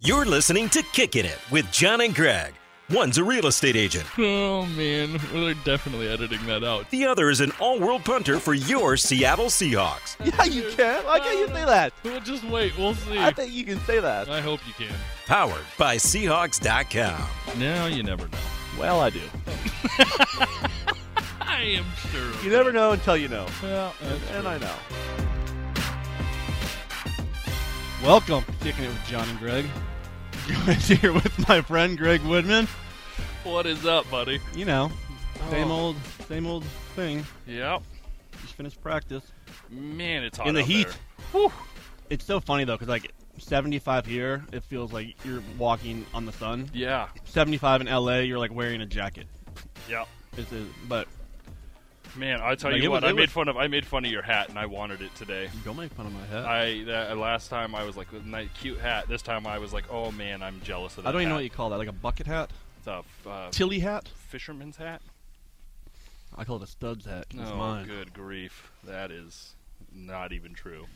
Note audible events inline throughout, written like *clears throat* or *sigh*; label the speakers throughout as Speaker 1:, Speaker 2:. Speaker 1: You're listening to Kickin' It with John and Greg. One's a real estate agent,
Speaker 2: Oh man, we're definitely editing that out.
Speaker 1: the other is an all world punter for your Seattle Seahawks.
Speaker 3: *laughs* Yeah, you can. Why can't you say that?
Speaker 2: We'll just wait. We'll see.
Speaker 3: I
Speaker 2: I,
Speaker 3: think you can say that.
Speaker 2: hope you can.
Speaker 1: Powered by Seahawks.com.
Speaker 2: Now you never know.
Speaker 3: Well, I do.
Speaker 2: I am sure. of
Speaker 3: You
Speaker 2: it.
Speaker 3: never know until you know.
Speaker 2: Well, that's
Speaker 3: And
Speaker 2: true.
Speaker 3: I know.
Speaker 4: Welcome, to kicking it with John and Greg. *laughs* I'm here with my friend Greg Woodman.
Speaker 2: What is up, buddy?
Speaker 4: You know, same
Speaker 2: Oh.
Speaker 4: old, same old thing.
Speaker 2: Yep.
Speaker 4: Just finished practice.
Speaker 2: Man, it's hot
Speaker 4: In the
Speaker 2: out
Speaker 4: heat.
Speaker 2: there.
Speaker 4: Whew. It's so funny though, because like 75 here, it feels like you're walking on the sun.
Speaker 2: Yeah.
Speaker 4: 75 in LA, you're like wearing a jacket.
Speaker 2: Yep.
Speaker 4: It's a, but
Speaker 2: Man, I tell
Speaker 4: Like,
Speaker 2: you
Speaker 4: it
Speaker 2: what,
Speaker 4: was-
Speaker 2: I
Speaker 4: it
Speaker 2: made
Speaker 4: was-
Speaker 2: fun of I made fun of your hat, and I wanted it today.
Speaker 4: don't make fun of my hat. I,
Speaker 2: I that, last time I was like, nice, cute hat. This time I was like, oh man, I'm jealous of that.
Speaker 4: don't even know
Speaker 2: hat.
Speaker 4: what you call that, like a bucket hat,
Speaker 2: It's a f- uh,
Speaker 4: tilly hat.
Speaker 2: fisherman's hat.
Speaker 4: I call it a studs hat. 'cause It's
Speaker 2: oh,
Speaker 4: mine,
Speaker 2: good grief, that is not even true.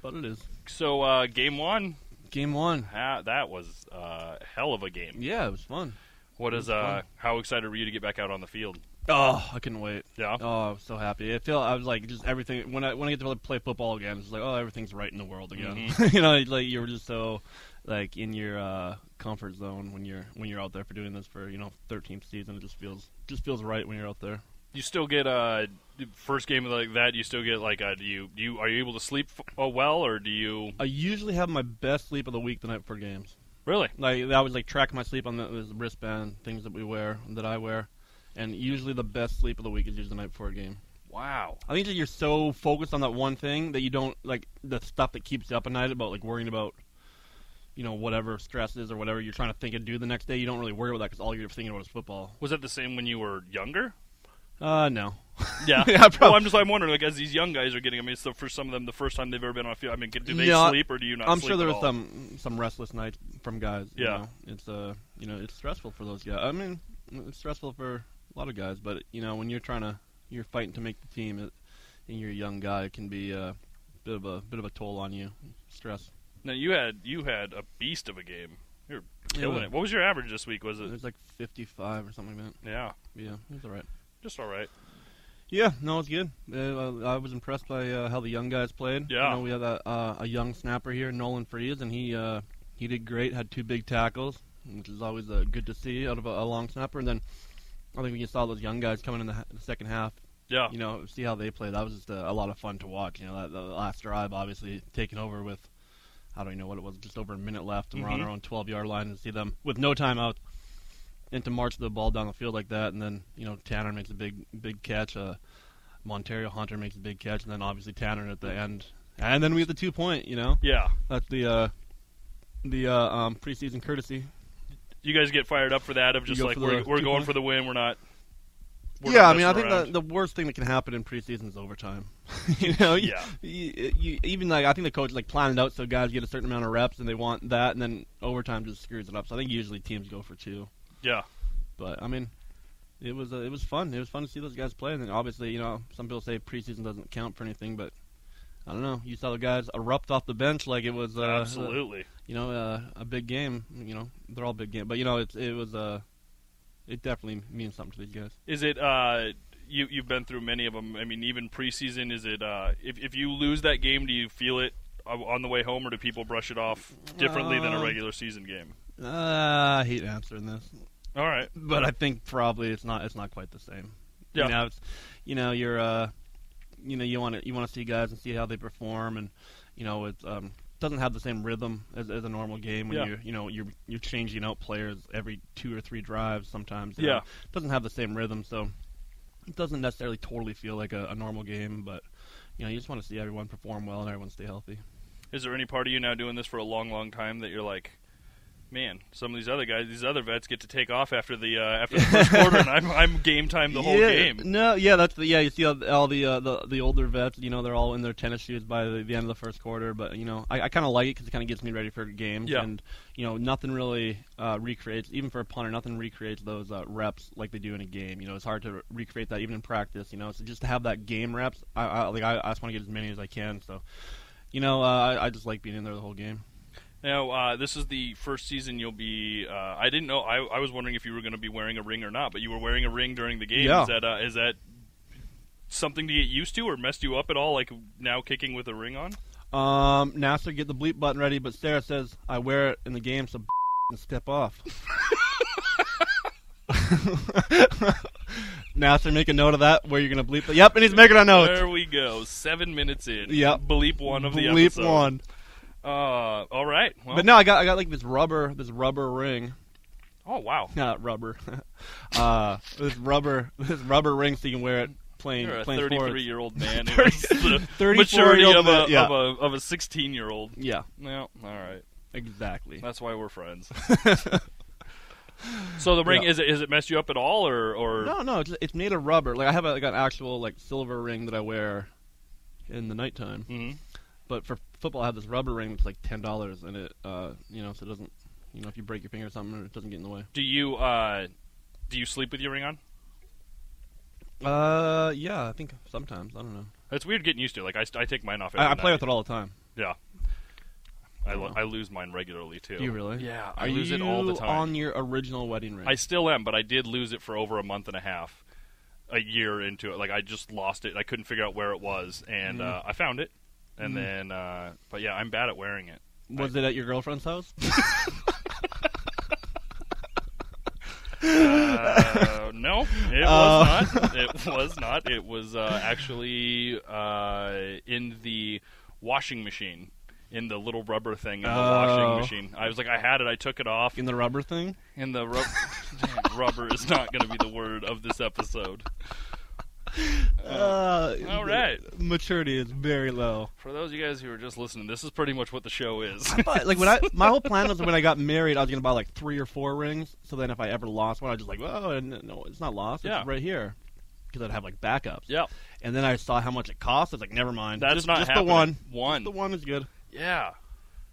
Speaker 4: but it is.
Speaker 2: So, uh, game one,
Speaker 4: Game one.
Speaker 2: Ha that was a uh, hell of a game.
Speaker 4: Yeah, it was fun.
Speaker 2: What is uh?
Speaker 4: fun.
Speaker 2: How excited were you to get back out on the field?
Speaker 4: Oh, I couldn't wait.
Speaker 2: Yeah.
Speaker 4: Oh, I was so happy. It felt I was like just everything when I when I get to play football again, it's like oh everything's right in the world again.
Speaker 2: Mm-hmm.
Speaker 4: *laughs* you know, like you were just so like in your uh, comfort zone when you're when you're out there for doing this for you know 13th season. It just feels just feels right when you're out there.
Speaker 2: You still get uh first game like that. You still get like uh, do you do you are you able to sleep f- oh, well or do you
Speaker 4: I usually have my best sleep of the week the night before games.
Speaker 2: really?
Speaker 4: Like I would like track my sleep on the, this wristband things that we wear that I wear, and usually the best sleep of the week is usually the night before a game.
Speaker 2: Wow.
Speaker 4: I think that you're so focused on that one thing that you don't like the stuff that keeps you up at night about like worrying about, you know, whatever stresses or whatever you're trying to think and do the next day. You don't really worry about that because all you're thinking about is football.
Speaker 2: Was that the same when you were
Speaker 4: *laughs*
Speaker 2: younger?
Speaker 4: Uh, no.
Speaker 2: Yeah.
Speaker 4: Yeah, probably.
Speaker 2: Well, I'm just I'm wondering like as these young guys are getting. I mean, it's the, for some of them the first time they've ever been on a field. I mean, can- do they
Speaker 4: Yeah,
Speaker 2: sleep or do you not?
Speaker 4: I'm
Speaker 2: sleep
Speaker 4: sure there
Speaker 2: at
Speaker 4: was
Speaker 2: all?
Speaker 4: some some restless nights from guys. you
Speaker 2: Yeah.
Speaker 4: know. it's uh, you know, it's stressful for those guys. I mean, it's stressful for a lot of guys, but you know, when you're trying to you're fighting to make the team it, and you're a young guy, it can be a bit of a bit of a toll on you. Stress.
Speaker 2: Now you had you had a beast of a game. You're
Speaker 4: Yeah, Uh,
Speaker 2: killing
Speaker 4: it-
Speaker 2: it. What was your average this week? Was
Speaker 4: It
Speaker 2: it?
Speaker 4: was like 55 or something like that.
Speaker 2: Yeah.
Speaker 4: Yeah, it was all right.
Speaker 2: Just all right.
Speaker 4: Yeah, no, it's good. Uh, I I was impressed by uh, how the young guys played.
Speaker 2: Yeah.
Speaker 4: you know, we had a, uh, a young snapper here, Nolan Freeze, and he uh, he did great. Had two big tackles, which is always uh, good to see out of a, a long snapper. And then I think when you saw those young guys coming in the, ha- the second half,
Speaker 2: Yeah.
Speaker 4: *laughs* you know, see how they played. That was just a, a lot of fun to watch. You know, that the last drive obviously taking over with I don't even know what it was, just over a minute left, and we're on
Speaker 2: Mhm.
Speaker 4: our own 12 yard line and see them with no timeout and to march the ball down the field like that. And then you know Tanner makes a big big catch. Uh, Montario Hunter makes a big catch, and then obviously Tanner at the end. And then we get the two point. You know,
Speaker 2: Yeah.
Speaker 4: that's the uh, the uh, um, preseason courtesy.
Speaker 2: you guys get fired up for that of
Speaker 4: You
Speaker 2: just
Speaker 4: go
Speaker 2: like
Speaker 4: for the
Speaker 2: we're, we're
Speaker 4: two
Speaker 2: going
Speaker 4: point?
Speaker 2: for the win. We're not. we're
Speaker 4: yeah,
Speaker 2: not
Speaker 4: I mean, I
Speaker 2: messing
Speaker 4: think
Speaker 2: around.
Speaker 4: the, the worst thing that can happen in preseason
Speaker 2: *laughs*
Speaker 4: is overtime. *laughs* you know, You-
Speaker 2: Yeah.
Speaker 4: you, you, even like I think the coach like planned it out so guys get a certain amount of reps and they want that, and then overtime just screws it up. So I think usually teams go for two.
Speaker 2: yeah,
Speaker 4: But I mean, it was uh, it was fun. It was fun to see those guys play. And then obviously, you know, some people say preseason doesn't count for anything, but I don't know. You saw the guys erupt off the bench like it was uh,
Speaker 2: absolutely.
Speaker 4: you know uh, a big game. You know, they're all big game, but you know it's it was uh, it definitely means something to these guys.
Speaker 2: Is it? Uh, you you've been through many of them. I mean, even preseason. Is it? Uh, if if you lose that game, do you feel it o- on the way home, or do people brush it off differently than a
Speaker 4: Um,
Speaker 2: regular season game?
Speaker 4: Uh, I hate answering this,
Speaker 2: All right.
Speaker 4: but I think probably it's not it's not quite the same.
Speaker 2: Yeah.
Speaker 4: You know, it's, you know you're uh, you know you want to you want to see guys and see how they perform, and you know it um, doesn't have the same rhythm as, as a normal game when
Speaker 2: Yeah.
Speaker 4: you you know you're you're changing out players every two or three drives sometimes. you
Speaker 2: Yeah.
Speaker 4: know. It doesn't have the same rhythm, so it doesn't necessarily totally feel like a, a normal game, but. You know, you just want to see everyone perform well and everyone stay healthy.
Speaker 2: Is there any part of you now doing this for a long, long time that you're like? Man, some of these other guys, these other vets, get to take off after the uh, after the
Speaker 4: *laughs*
Speaker 2: first quarter, and I'm, I'm game time the whole
Speaker 4: yeah,
Speaker 2: game.
Speaker 4: No, yeah, that's the, yeah. You see all, the- all the, uh, the the older vets. You know, they're all in their tennis shoes by the, the end of the first quarter. But you know, I, I kind of like it because it kind of gets me ready for games.
Speaker 2: Yeah.
Speaker 4: And you know, nothing really uh, recreates, even for a punter, nothing recreates those uh, reps like they do in a game. You know, it's hard to recreate that even in practice. You know, so just to have that game reps, I, I like I, I just want to get as many as I can. So, you know, uh, I, I just like being in there the whole game.
Speaker 2: Now, uh, this is the first season you'll be. Uh, I didn't know. I, I was wondering if you were going to be wearing a ring or not, but you were wearing a ring during the game.
Speaker 4: Yeah.
Speaker 2: Is that uh, is that something to get used to, or messed you up at all? Like now kicking with a ring on?
Speaker 4: Um, NASA, get the bleep button ready, but Sarah says I wear it in the game, so *laughs* and step off. *laughs* NASA, make a note of that where you're gonna bleep. it. Yep, and he's making a note.
Speaker 2: There we go. Seven minutes in.
Speaker 4: Yep.
Speaker 2: Bleep one of the
Speaker 4: bleep
Speaker 2: episode.
Speaker 4: one.
Speaker 2: Uh, all right. Well,
Speaker 4: But no, I got I got like this rubber this rubber ring. *laughs*
Speaker 2: Oh wow.
Speaker 4: Not rubber. *laughs* uh, this rubber this rubber ring so you can wear it playing
Speaker 2: You're a
Speaker 4: playing sports.
Speaker 2: 33 year old
Speaker 4: *laughs*
Speaker 2: man. It was the
Speaker 4: 34
Speaker 2: maturity
Speaker 4: year old
Speaker 2: of a,
Speaker 4: man, yeah.
Speaker 2: of a of a 16 year old.
Speaker 4: Yeah,
Speaker 2: Well, all right.
Speaker 4: exactly.
Speaker 2: That's why we're
Speaker 4: *laughs*
Speaker 2: friends. so the ring
Speaker 4: Yeah.
Speaker 2: is it, is it messed you up at all or or
Speaker 4: No, no, it's, it's made of rubber. Like I have a, like an actual like silver ring that I wear in the nighttime.
Speaker 2: Mhm.
Speaker 4: But for football, I have this rubber ring that's like ten dollars, and it uh, you know, so it doesn't, you know, if you break your finger or something, it doesn't get in the way.
Speaker 2: do you uh do you sleep with your ring on?
Speaker 4: Uh, yeah, I think sometimes I don't know.
Speaker 2: It's weird getting used to. it. Like I, st- I take mine off. Every
Speaker 4: I, I play with it all the time.
Speaker 2: Yeah. I, lo-
Speaker 4: Wow.
Speaker 2: I lose mine regularly too.
Speaker 4: Do you really?
Speaker 2: Yeah,
Speaker 4: Are
Speaker 2: I lose
Speaker 4: you
Speaker 2: it all the time.
Speaker 4: on your original wedding ring?
Speaker 2: I still am, but I did lose it for over a month and a half, a year into it. Like I just lost it. I couldn't figure out where it was, and uh,
Speaker 4: Mm-hmm.
Speaker 2: I found it. And then, uh, but yeah, I'm bad at wearing it.
Speaker 4: Was it at your girlfriend's house?
Speaker 2: Uh, no, it
Speaker 4: Oh.
Speaker 2: was
Speaker 4: *laughs*
Speaker 2: not. It was not. It was uh, actually uh, in the washing machine, in the little rubber thing in the
Speaker 4: Oh.
Speaker 2: washing machine. I was like, I had it. I took it off.
Speaker 4: In the rubber thing?
Speaker 2: And the rub- *laughs* rubber is not going to be the word of this episode.
Speaker 4: Uh,
Speaker 2: all right.
Speaker 4: Maturity is very low.
Speaker 2: For those of you guys who are just listening, this is pretty much what the show is. *laughs*
Speaker 4: But like when I, my whole plan was when I got married, I was gonna buy like three or four rings. So then if I ever lost one, I was just like, oh, n- no, it's not lost.
Speaker 2: Yeah.
Speaker 4: It's right here, because I'd have like backups.
Speaker 2: yeah,
Speaker 4: And then I saw how much it cost. I was like, never mind.
Speaker 2: that's
Speaker 4: just,
Speaker 2: not
Speaker 4: just
Speaker 2: happening.
Speaker 4: the one.
Speaker 2: One.
Speaker 4: The one is good.
Speaker 2: Yeah.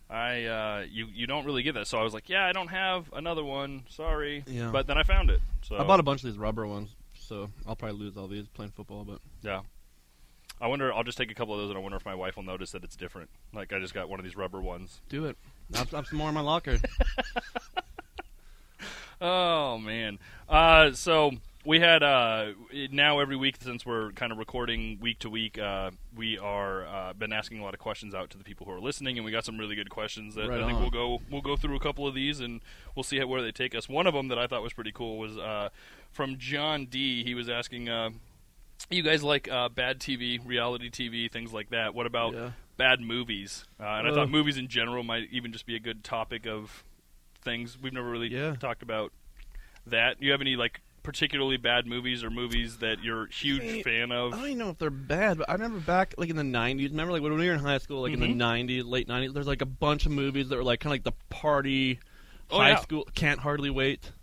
Speaker 2: I uh, you you don't really get that. So I was like, yeah, I don't have another one. Sorry.
Speaker 4: Yeah.
Speaker 2: But then I found it. So
Speaker 4: I bought a bunch of these rubber ones, so I'll probably lose all these playing football. But
Speaker 2: Yeah. I wonder. I'll just take a couple of those, and I wonder if my wife will notice that it's different. Like I just got one of these rubber ones.
Speaker 4: do it. I have, I have some more in my *laughs* locker.
Speaker 2: Oh man. Uh, so we had uh, it- now every week since we're kind of recording week to week, uh, we are uh, been asking a lot of questions out to the people who are listening, and we got some really good questions that
Speaker 4: Right
Speaker 2: I think
Speaker 4: on.
Speaker 2: we'll go we'll go through a couple of these and we'll see how, where they take us. One of them that I thought was pretty cool was uh, from John D. He was asking. Uh, you guys like uh, bad TV, reality TV, things like that. What about
Speaker 4: Yeah.
Speaker 2: bad movies? Uh, and I
Speaker 4: Uh.
Speaker 2: thought movies in general might even just be a good topic of things we've never really
Speaker 4: Yeah.
Speaker 2: talked about that. You have any like particularly bad movies or movies that you're a huge
Speaker 4: Hey,
Speaker 2: fan
Speaker 4: I
Speaker 2: of?
Speaker 4: don't even know if they're bad, but I remember back like in the '90s. Remember like when we were in high school, like in the '90s, late '90s. There's like a bunch of movies that were like kind of like the party,
Speaker 2: Oh,
Speaker 4: high
Speaker 2: yeah.
Speaker 4: school. Can't hardly wait.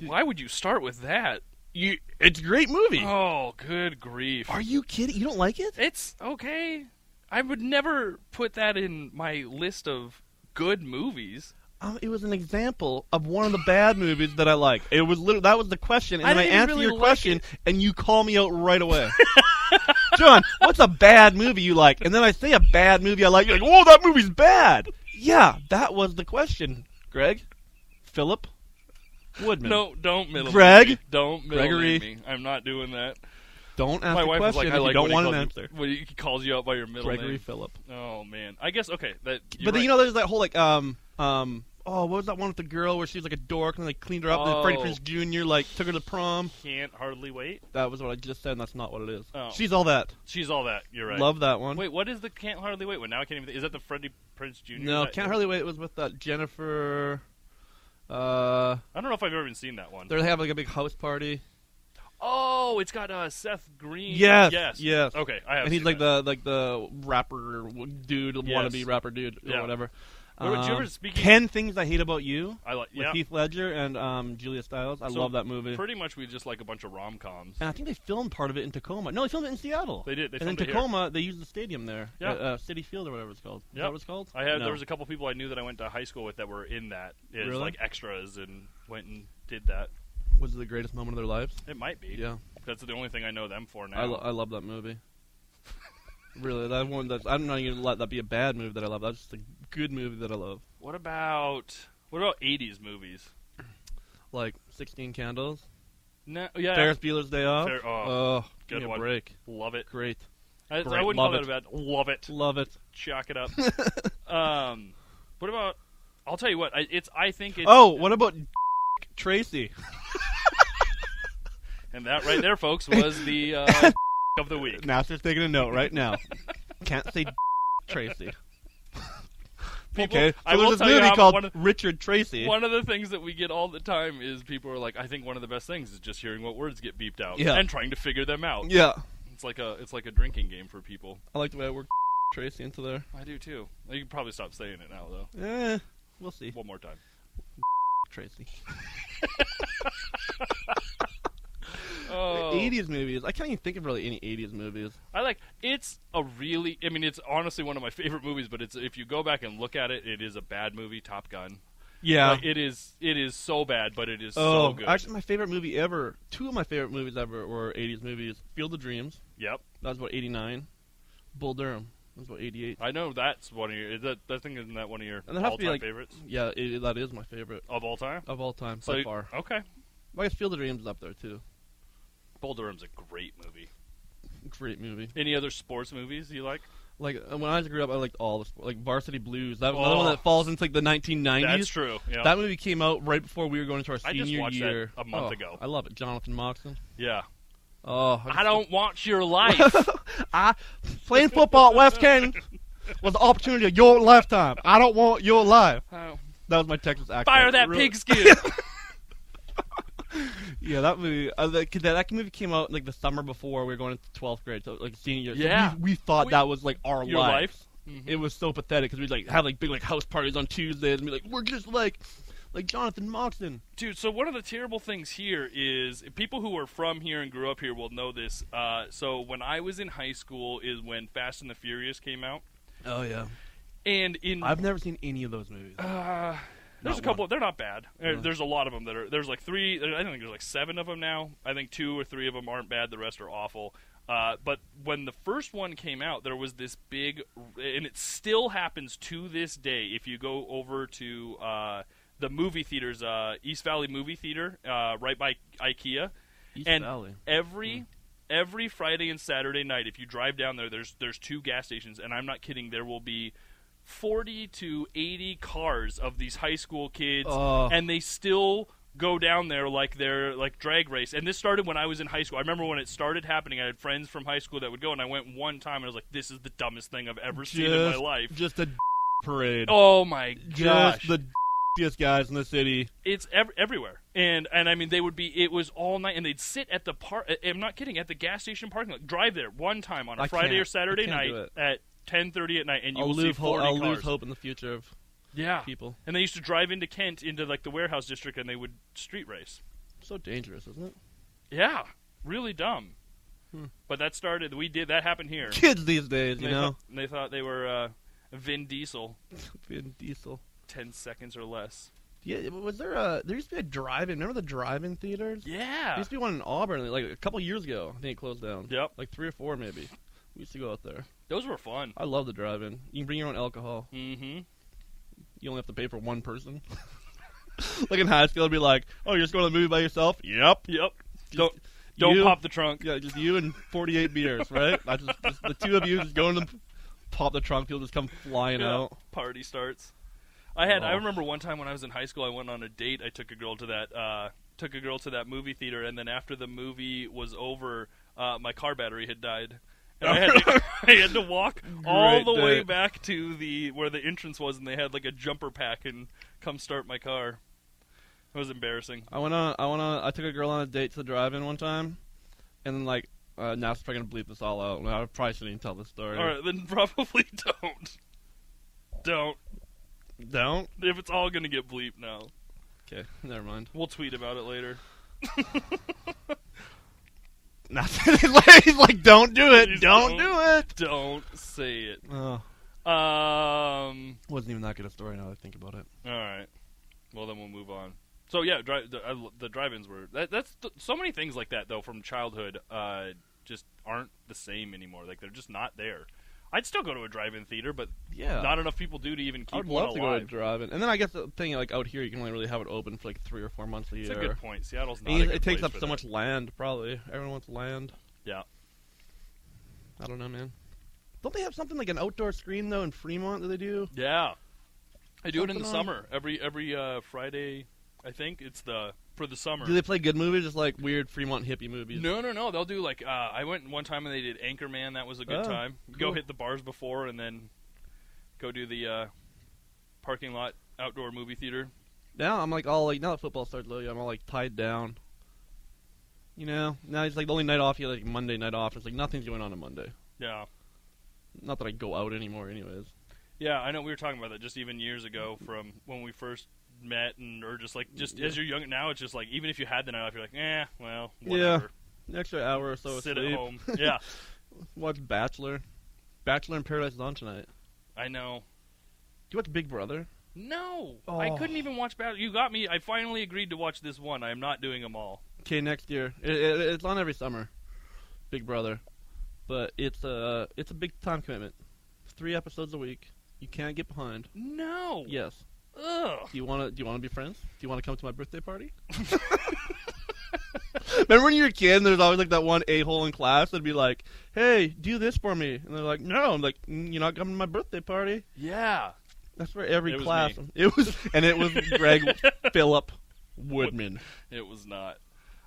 Speaker 2: Why would you start with that?
Speaker 4: You, it's a great movie.
Speaker 2: Oh, good grief!
Speaker 4: Are you kidding? You don't like it?
Speaker 2: It's okay. I would never put that in my list of good movies.
Speaker 4: Um, it was an example of one of the bad movies that I like. It was literally that was the question, and
Speaker 2: I
Speaker 4: then I
Speaker 2: didn't
Speaker 4: answer
Speaker 2: really
Speaker 4: your
Speaker 2: like
Speaker 4: question, and you call me out
Speaker 2: *laughs*
Speaker 4: right away. John, what's a bad movie you like? And then I say a bad movie I like. You're like, "Whoa, that movie's bad." Yeah, that was the question, Greg, Philip, Woodman.
Speaker 2: No, don't middle
Speaker 4: Greg?
Speaker 2: me. Don't middle
Speaker 4: Gregory?
Speaker 2: me. I'm not doing that.
Speaker 4: don't ask
Speaker 2: my
Speaker 4: a
Speaker 2: wife was
Speaker 4: question
Speaker 2: like,
Speaker 4: if
Speaker 2: "I like
Speaker 4: you don't
Speaker 2: when
Speaker 4: want
Speaker 2: he
Speaker 4: an
Speaker 2: calls you-
Speaker 4: answer.
Speaker 2: when he calls you out by your middle
Speaker 4: Gregory
Speaker 2: name.
Speaker 4: Philip.
Speaker 2: Oh man, I guess okay. That you're
Speaker 4: But then,
Speaker 2: right.
Speaker 4: you know, there's that whole like um um. Oh, what was that one with the girl where she was like a dork and they cleaned her up? And then Freddie
Speaker 2: Oh.
Speaker 4: Prince Jr. like took her to prom.
Speaker 2: can't hardly wait.
Speaker 4: That was what I just said, and that's not what it is.
Speaker 2: Oh.
Speaker 4: She's all that.
Speaker 2: She's all that. You're right.
Speaker 4: Love that one.
Speaker 2: Wait, what is the can't hardly wait? One now I can't even. Think. Is that the Freddie Prince Jr.
Speaker 4: no,
Speaker 2: That-
Speaker 4: can't hardly wait. It was with uh, Jennifer. Uh,
Speaker 2: I don't know if I've ever even seen that one.
Speaker 4: they have like a big house party,
Speaker 2: Oh, it's got uh, Seth Green.
Speaker 4: Yes,
Speaker 2: Yes.
Speaker 4: yes.
Speaker 2: Okay, I have.
Speaker 4: and he's
Speaker 2: seen
Speaker 4: like
Speaker 2: that.
Speaker 4: the like the rapper dude, wannabe rapper dude, or
Speaker 2: Yeah.
Speaker 4: whatever.
Speaker 2: What would you
Speaker 4: Um,
Speaker 2: ever speak-
Speaker 4: Ten things I hate about you
Speaker 2: I like.
Speaker 4: with
Speaker 2: Yeah.
Speaker 4: Heath Ledger and um, Julia Stiles. I
Speaker 2: So,
Speaker 4: love that movie.
Speaker 2: Pretty much, we just like a bunch of rom coms.
Speaker 4: and I think they filmed part of it in Tacoma. No, they filmed it in Seattle.
Speaker 2: They did. They
Speaker 4: and in
Speaker 2: filmed it here.
Speaker 4: Tacoma, they used the stadium there,
Speaker 2: Yeah.
Speaker 4: uh, uh, City Field or whatever it's called. Is
Speaker 2: Yep.
Speaker 4: that what it's called?
Speaker 2: I had
Speaker 4: No.
Speaker 2: there was a couple people I knew that I went to high school with that were in that as
Speaker 4: Really?
Speaker 2: like extras and went and did that.
Speaker 4: was it the greatest moment of their lives.
Speaker 2: It might be.
Speaker 4: Yeah.
Speaker 2: That's the only thing I know them for now.
Speaker 4: I, lo- I love *laughs* that movie. really, that one. That's, I'm not even gonna let that be a bad movie that I love. That's just a good movie that I love.
Speaker 2: What about what about '80s movies?
Speaker 4: Like Sixteen Candles,
Speaker 2: No, yeah,
Speaker 4: Ferris Bueller's Day Off.
Speaker 2: Fair- oh, good
Speaker 4: give me a
Speaker 2: one.
Speaker 4: break.
Speaker 2: love it.
Speaker 4: Great,
Speaker 2: I, I
Speaker 4: Great,
Speaker 2: wouldn't
Speaker 4: love
Speaker 2: call
Speaker 4: it.
Speaker 2: that a bad. Love it.
Speaker 4: love it.
Speaker 2: Chalk it up.
Speaker 4: *laughs*
Speaker 2: um, what about? I'll tell you what. I, it's. I think it's.
Speaker 4: Oh, what about *laughs* Tracy?
Speaker 2: And that right there, folks, was
Speaker 4: *laughs*
Speaker 2: the uh, *laughs* of the week.
Speaker 4: Master's taking a note right now. *laughs* Can't say *laughs* Tracy.
Speaker 2: People-
Speaker 4: okay, so
Speaker 2: I will
Speaker 4: there's this
Speaker 2: tell you
Speaker 4: movie
Speaker 2: how-
Speaker 4: called *laughs*
Speaker 2: one of-
Speaker 4: Richard Tracy.
Speaker 2: One of the things that we get all the time is people are like, I think one of the best things is just hearing what words get beeped out
Speaker 4: Yeah.
Speaker 2: and trying to figure them out.
Speaker 4: Yeah,
Speaker 2: It's like a it's like a drinking game for people.
Speaker 4: I like the way I worked *laughs* Tracy into there.
Speaker 2: I do too. You can probably stop saying it now though.
Speaker 4: Eh, we'll see.
Speaker 2: One more time.
Speaker 4: *laughs* Tracy.
Speaker 2: Oh,
Speaker 4: 80s movies. I can't even think of really any 80s movies.
Speaker 2: I like it's a really I mean it's honestly one of my favorite movies, but it's if you go back and look at it, it is a bad movie, Top Gun.
Speaker 4: Yeah.
Speaker 2: Like, it is it is so bad, but it is
Speaker 4: oh,
Speaker 2: so good.
Speaker 4: actually, my favorite movie ever. Two of my favorite movies ever were 80s movies. Field of Dreams.
Speaker 2: yep.
Speaker 4: That was about 89. Bull Durham. That was about 88.
Speaker 2: I know that's one of your that that thing isn't that one of your
Speaker 4: And there has to
Speaker 2: all
Speaker 4: be,
Speaker 2: time
Speaker 4: like-
Speaker 2: favorites
Speaker 4: Yeah, it, that is my favorite
Speaker 2: of all time.
Speaker 4: of all time
Speaker 2: So
Speaker 4: by
Speaker 2: you-
Speaker 4: far.
Speaker 2: okay.
Speaker 4: I guess Field of Dreams is up there too.
Speaker 2: Bull Durham's a great movie.
Speaker 4: Great movie.
Speaker 2: Any other sports movies you like?
Speaker 4: Like uh, when I grew up, I liked all the sport, like Varsity Blues. That another one
Speaker 2: Oh.
Speaker 4: that falls into like the 1990s.
Speaker 2: That's true. Yeah.
Speaker 4: That movie came out right before we were going into our
Speaker 2: I
Speaker 4: senior
Speaker 2: just watched that
Speaker 4: year.
Speaker 2: a month
Speaker 4: Oh,
Speaker 2: ago.
Speaker 4: I love it, Jonathan Moxon.
Speaker 2: yeah.
Speaker 4: Oh,
Speaker 2: I don't watch your
Speaker 4: *laughs*
Speaker 2: life.
Speaker 4: I playing football at West Canton was the opportunity of your lifetime. I don't want your life.
Speaker 2: Oh.
Speaker 4: That was my Texas accent.
Speaker 2: Fire that
Speaker 4: Really-
Speaker 2: pigskin.
Speaker 4: Yeah, that movie. Uh, that, that movie came out like the summer before we were going into twelfth grade, so like senior. year. So
Speaker 2: Yeah.
Speaker 4: we, we thought
Speaker 2: We-
Speaker 4: that was like our
Speaker 2: your
Speaker 4: lives.
Speaker 2: life. Mhm.
Speaker 4: It was so pathetic because we'd like have like big like house parties on Tuesdays and be like, we're just like, like Jonathan Moxon.
Speaker 2: Dude, so one of the terrible things here is people who are from here and grew up here will know this. Uh, so when I was in high school is when Fast and the Furious came out.
Speaker 4: Oh yeah,
Speaker 2: And in
Speaker 4: I've never seen any of those movies.
Speaker 2: Uh, there's
Speaker 4: Not
Speaker 2: a couple. They're not bad. Uh, There's a lot of them that are. There's like three. I think there's like seven of them now. I think two or three of them aren't bad. The rest are awful. Uh, but when the first one came out, there was this big, and it still happens to this day. If you go over to uh, the movie theaters, uh, East Valley Movie Theater, uh, right by IKEA,
Speaker 4: East
Speaker 2: and
Speaker 4: Valley.
Speaker 2: every
Speaker 4: Hmm.
Speaker 2: every Friday and Saturday night, if you drive down there, there's there's two gas stations, and I'm not kidding. There will be forty to eighty cars of these high school kids,
Speaker 4: Oh.
Speaker 2: and they still go down there like they're like drag race. And this started when I was in high school. I remember when it started happening. I had friends from high school that would go, and I went one time, and I was like, "This is the dumbest thing I've ever seen in my life."
Speaker 4: Just a *laughs* parade.
Speaker 2: Oh my
Speaker 4: just
Speaker 2: gosh!
Speaker 4: the *laughs* d***iest guys in the city.
Speaker 2: it's ev- everywhere and and i mean they would be it was all night and they'd sit at the park i'm not kidding at the gas station parking lot drive there one time on a
Speaker 4: I
Speaker 2: friday or
Speaker 4: can't. I
Speaker 2: saturday
Speaker 4: can't do
Speaker 2: night at 10:30 at night and you
Speaker 4: I'll
Speaker 2: will see
Speaker 4: lose
Speaker 2: 40
Speaker 4: hope. I'll
Speaker 2: cars
Speaker 4: lose hope in the future of
Speaker 2: yeah
Speaker 4: people.
Speaker 2: and they used to drive into kent into like the warehouse district and they would street race
Speaker 4: So dangerous, isn't it?
Speaker 2: yeah really dumb but that started we did that happened here
Speaker 4: Kids these days, Hmm. *laughs* you
Speaker 2: they,
Speaker 4: know.
Speaker 2: thought, they thought they were uh, vin diesel
Speaker 4: *laughs* Vin Diesel.
Speaker 2: 10 seconds or less
Speaker 4: Yeah, was there a? There used to be a drive-in. Remember the drive-in theaters? There
Speaker 2: yeah
Speaker 4: used to be one in Auburn, like a couple years ago. I think it closed down.
Speaker 2: Yep.
Speaker 4: Like three or four, maybe. We used to go out there.
Speaker 2: those were fun
Speaker 4: I love the drive-in. You can bring your own alcohol.
Speaker 2: mm-hmm
Speaker 4: You only have to pay for one person. *laughs* like in high school, it'd be like, "Oh, you're just going to the movie by yourself? Yep.
Speaker 2: yep don't don't
Speaker 4: you-
Speaker 2: pop the trunk
Speaker 4: Yeah, just you and 48 beers, right? I just, just the two of you just going to pop the trunk. You'll just come flying
Speaker 2: Yeah,
Speaker 4: out.
Speaker 2: Party starts. I had. I
Speaker 4: Oh.
Speaker 2: remember one time when I was in high school, I went on a date. I took a girl to that. Uh, took a girl to that movie theater, and then after the movie was over, uh, my car battery had died. And I had, to, *laughs* I had to walk all
Speaker 4: Great
Speaker 2: the way
Speaker 4: date.
Speaker 2: back to the where the entrance was, and they had like a jumper pack and come start my car. It was embarrassing.
Speaker 4: I went on. I went on. I took a girl on a date to the drive-in one time, and then like uh, now she's probably gonna bleep this all out. I probably shouldn't even tell this story.
Speaker 2: All right, then *laughs* probably don't. Don't.
Speaker 4: Don't.
Speaker 2: If it's all gonna get bleeped now,
Speaker 4: Okay,
Speaker 2: *laughs*
Speaker 4: never mind.
Speaker 2: we'll tweet about it later. *laughs*
Speaker 4: he's like, don't do it.
Speaker 2: Please
Speaker 4: Don't,
Speaker 2: don't.
Speaker 4: do it.
Speaker 2: Don't say it.
Speaker 4: Oh,
Speaker 2: Um.
Speaker 4: wasn't even that good a story now that I think about it.
Speaker 2: All right. Well, then we'll move on. So yeah, dri- the, I, the drive-ins were that, that's th- so many things like that though from childhood uh, just aren't the same anymore. Like they're just not there. I'd still go to a drive-in theater, but
Speaker 4: Yeah.
Speaker 2: not enough people do to even keep
Speaker 4: I would
Speaker 2: one
Speaker 4: love to go to
Speaker 2: alive.
Speaker 4: drive-in, and then I guess the thing like out here, you can only really have it open for like three or four months a year.
Speaker 2: It's a good point. Seattle's not.
Speaker 4: And
Speaker 2: a
Speaker 4: it,
Speaker 2: good
Speaker 4: it takes
Speaker 2: place
Speaker 4: up
Speaker 2: for
Speaker 4: so
Speaker 2: that.
Speaker 4: much land, probably. Everyone wants land.
Speaker 2: Yeah.
Speaker 4: I don't know, man. Don't they have something like an outdoor screen though in Fremont that they do?
Speaker 2: Yeah, I do it in the
Speaker 4: Something on-
Speaker 2: summer every every uh, Friday. I think it's the for the summer.
Speaker 4: Do they play good movies, just like weird Fremont hippie movies?
Speaker 2: No, no, no. They'll do like uh, I went one time and they did Anchorman. That was a good
Speaker 4: Oh,
Speaker 2: time. Go
Speaker 4: cool.
Speaker 2: hit the bars before and then go do the uh, parking lot outdoor movie theater.
Speaker 4: Now I'm like all like now that football starts early, I'm all like tied down. You know, now it's like the only night off you have, like Monday night off. It's like nothing's going on on Monday.
Speaker 2: Yeah,
Speaker 4: Not that I go out anymore, anyways.
Speaker 2: yeah. I know we were talking about that just even years ago from when we first met and or just like just as you're young now it's just like even if you had the night off you're like eh well whatever
Speaker 4: An extra hour or so of
Speaker 2: sit
Speaker 4: sleep.
Speaker 2: at
Speaker 4: *laughs*
Speaker 2: home yeah
Speaker 4: Watch Bachelor. Bachelor in Paradise is on tonight.
Speaker 2: I know
Speaker 4: Do you watch Big Brother?
Speaker 2: No, I
Speaker 4: Oh.
Speaker 2: couldn't even watch Battle. You got me. I finally agreed to watch this one. I am not doing them all.
Speaker 4: Okay, next year. It, it, it's on every summer. Big Brother, but it's a it's a big time commitment. It's three episodes a week. You can't get behind.
Speaker 2: No.
Speaker 4: Yes.
Speaker 2: Ugh.
Speaker 4: Do you want to? Do you want to be friends? Do you want to come to my
Speaker 2: *laughs*
Speaker 4: birthday party? *laughs* Remember when you were a kid? and There's always like that one a hole in class that'd be like, "Hey, do this for me," and they're like, "No." I'm like, "Mm, "You're not coming to my birthday party."
Speaker 2: Yeah.
Speaker 4: That's for every
Speaker 2: It was
Speaker 4: class. It was, and it was
Speaker 2: *laughs*
Speaker 4: Greg Phillip Woodman.
Speaker 2: It was not.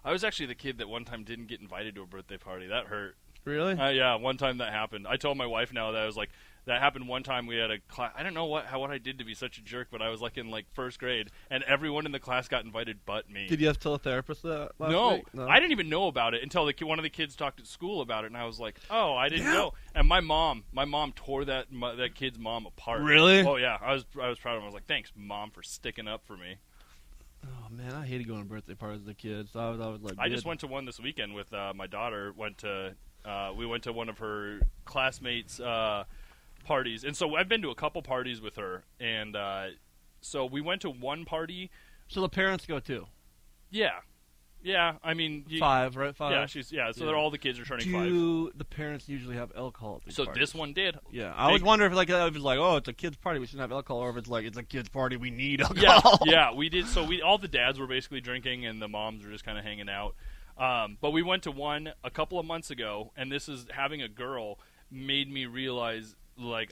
Speaker 2: I was actually the kid that one time didn't get invited to a birthday party. That hurt. *laughs*
Speaker 4: Really?
Speaker 2: Uh, yeah, one time that happened. I told my wife now that I was like, that happened one time. We had a class. I don't know what how what I did to be such a jerk, but I was like in like first grade, and everyone in the class got invited but me.
Speaker 4: Did you have to tell a therapist that? Last
Speaker 2: no,
Speaker 4: week?
Speaker 2: I didn't even know about it until the, ki- one of the kids talked at school about it, and I was like, "Oh, I didn't know." And my mom, my mom tore that mu- that kid's mom apart.
Speaker 4: Really?
Speaker 2: Oh yeah, I was I was proud of him. I was like, "Thanks, mom, for sticking up for me."
Speaker 4: Oh man, I hated going to birthday parties as a kid. So I was, I was like,
Speaker 2: I just
Speaker 4: dude.
Speaker 2: went to one this weekend with uh, my daughter. Went to uh, we went to one of her classmates' uh, parties, and so I've been to a couple parties with her, and uh, so we went to one party.
Speaker 4: So the parents go too.
Speaker 2: Yeah, yeah. I mean, you-
Speaker 4: five, right? Five.
Speaker 2: yeah, she's yeah. So
Speaker 4: Yeah.
Speaker 2: they're all the kids are turning five.
Speaker 4: Do the parents usually have alcohol? At these
Speaker 2: So
Speaker 4: parties?
Speaker 2: this one did.
Speaker 4: Yeah, I always
Speaker 2: Big-
Speaker 4: wonder if like uh, if it's like oh it's a kids party we shouldn't have alcohol or if it's like it's a kids party we need
Speaker 2: Yeah, *laughs*
Speaker 4: alcohol. *laughs*
Speaker 2: yeah, we did. So we all the dads were basically drinking, and the moms were just kind of hanging out. Um, but we went to one a couple of months ago, and this is having a girl made me realize like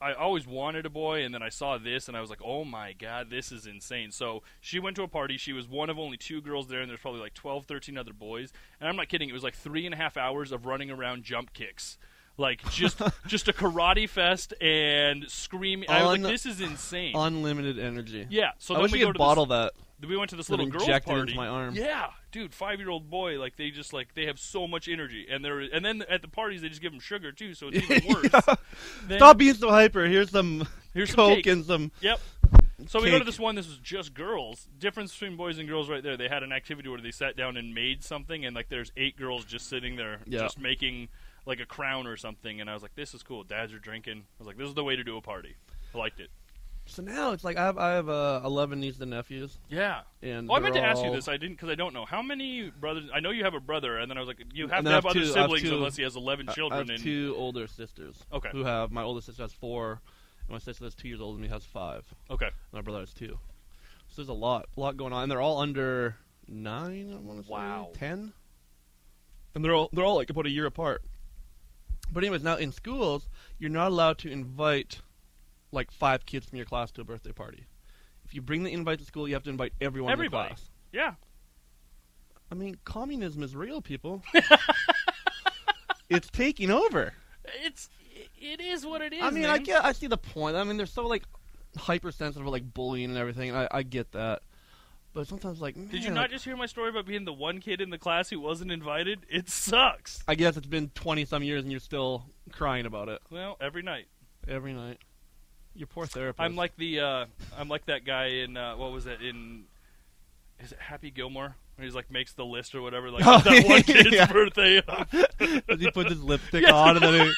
Speaker 2: I always wanted a boy, and then I saw this, and I was like, oh my god, this is insane. So she went to a party. She was one of only two girls there, and there's probably like 12, 13 other boys. And I'm not kidding. It was like three and a half hours of running around jump kicks. Like
Speaker 4: *laughs*
Speaker 2: just just a karate fest and screaming. I was
Speaker 4: On-
Speaker 2: like, this is insane.
Speaker 4: Unlimited energy.
Speaker 2: Yeah, so
Speaker 4: I
Speaker 2: then
Speaker 4: wish
Speaker 2: we
Speaker 4: we
Speaker 2: go
Speaker 4: could
Speaker 2: to
Speaker 4: bottle that.
Speaker 2: this, we went to this
Speaker 4: that
Speaker 2: little girl's
Speaker 4: injected
Speaker 2: party.
Speaker 4: into my arm.
Speaker 2: Yeah, dude, five year old boy, like they just like they have so much energy, and they're and then at the parties they just give them sugar too, so it's
Speaker 4: *laughs*
Speaker 2: even worse. Then-
Speaker 4: Stop being so hyper. Here's some
Speaker 2: *laughs* Here's some
Speaker 4: coke
Speaker 2: cake.
Speaker 4: and some.
Speaker 2: Yep. So we go to
Speaker 4: Cake.
Speaker 2: this one. This was just girls. Difference between boys and girls, right there. They had an activity where they sat down and made something, and like there's eight girls just sitting there,
Speaker 4: Yeah.
Speaker 2: just making like a crown or something. And I was like, this is cool. Dads are drinking. I was like, this is the way to do a party. I liked it.
Speaker 4: So now it's like I have I have uh, eleven nieces and nephews
Speaker 2: Yeah.
Speaker 4: and.
Speaker 2: Oh, I meant to
Speaker 4: they're
Speaker 2: ask you
Speaker 4: all-
Speaker 2: this. I didn't because I don't know how many brothers. I know you have a brother, and then I was like, you have
Speaker 4: And
Speaker 2: to
Speaker 4: then I
Speaker 2: have
Speaker 4: have
Speaker 2: other
Speaker 4: two- I have
Speaker 2: siblings
Speaker 4: two-
Speaker 2: unless he has eleven
Speaker 4: I-
Speaker 2: children.
Speaker 4: I have
Speaker 2: and
Speaker 4: two older sisters.
Speaker 2: Okay.
Speaker 4: Who have my oldest sister has four, and my sister that's two years older than me has five.
Speaker 2: okay,
Speaker 4: My brother has two. So there's a lot, lot going on. And they're all under nine. I want to
Speaker 2: Wow.
Speaker 4: say ten. And they're all they're all like about a year apart. But anyways, now in schools, you're not allowed to invite like five kids from your class to a birthday party. If you bring the invite to school, you have to invite everyone
Speaker 2: Everybody.
Speaker 4: in the class.
Speaker 2: yeah,
Speaker 4: I mean, communism is
Speaker 2: *laughs*
Speaker 4: real, people. it's taking over.
Speaker 2: it's it is what it is.
Speaker 4: I mean, I
Speaker 2: man.
Speaker 4: get, I see the point. I mean, they're so like hypersensitive, of, like bullying and everything. And I, I get that, but sometimes like, man,
Speaker 2: Did you not
Speaker 4: like,
Speaker 2: just hear my story about being the one kid in the class who wasn't invited? It sucks.
Speaker 4: I guess it's been twenty some years, and you're still crying about it
Speaker 2: Well, every night
Speaker 4: every night. Your poor therapist.
Speaker 2: I'm like the uh, I'm like that guy in uh, what was it in is it Happy Gilmore when he's like makes the list or whatever
Speaker 4: *laughs*
Speaker 2: like *laughs*
Speaker 4: Oh,
Speaker 2: that one kid's
Speaker 4: yeah.
Speaker 2: birthday. up.
Speaker 4: *laughs*
Speaker 2: *laughs*
Speaker 4: Does he put his lipstick on, and then he...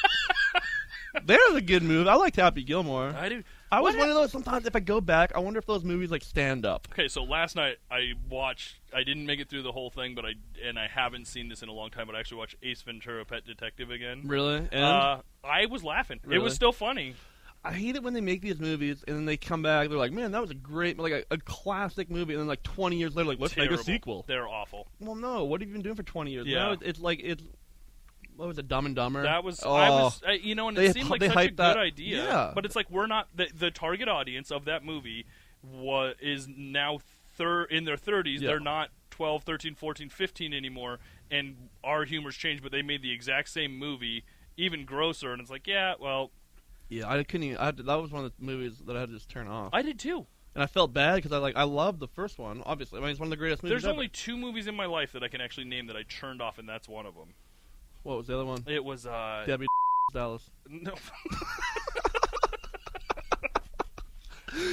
Speaker 4: there's a good move. I liked Happy Gilmore.
Speaker 2: I do.
Speaker 4: I was
Speaker 2: What
Speaker 4: one of those. Sometimes if I go back, I wonder if those movies like stand up.
Speaker 2: Okay, so last night I watched. I didn't make it through the whole thing, but I and I haven't seen this in a long time. But I actually watched Ace Ventura: Pet Detective again.
Speaker 4: Really? And
Speaker 2: Uh, I was laughing. It
Speaker 4: Really?
Speaker 2: was still funny.
Speaker 4: I hate it when they make these movies and then they come back. They're like, man, that was a great, like a, a classic movie. And then like 20 years later, like let's
Speaker 2: Terrible.
Speaker 4: make a sequel.
Speaker 2: They're awful.
Speaker 4: Well, no. What have you been doing for 20 years?
Speaker 2: Yeah.
Speaker 4: Now it's, it's like it's what was it? Dumb and Dumber.
Speaker 2: That was
Speaker 4: Oh,
Speaker 2: I was I, you know, and it
Speaker 4: They-
Speaker 2: seemed like
Speaker 4: they
Speaker 2: such a
Speaker 4: hyped
Speaker 2: good
Speaker 4: that-
Speaker 2: idea.
Speaker 4: yeah.
Speaker 2: But it's like we're not the, the target audience of that movie was is now thir- in their 30s.
Speaker 4: Yeah.
Speaker 2: They're not 12, 13, 14, 15 anymore and our humor's changed, but they made the exact same movie even grosser and it's like, yeah, well,
Speaker 4: yeah. I couldn't. Even, I had to, that was one of the movies that I had to just turn off.
Speaker 2: I did too.
Speaker 4: and I felt bad because I like I loved the first one. Obviously, I mean it's one of the greatest movies.
Speaker 2: There's
Speaker 4: ever.
Speaker 2: only two movies in my life that I can actually name that I churned off and that's one of them.
Speaker 4: what was the other one?
Speaker 2: It was uh
Speaker 4: Debbie *laughs* Dallas.
Speaker 2: *laughs* no.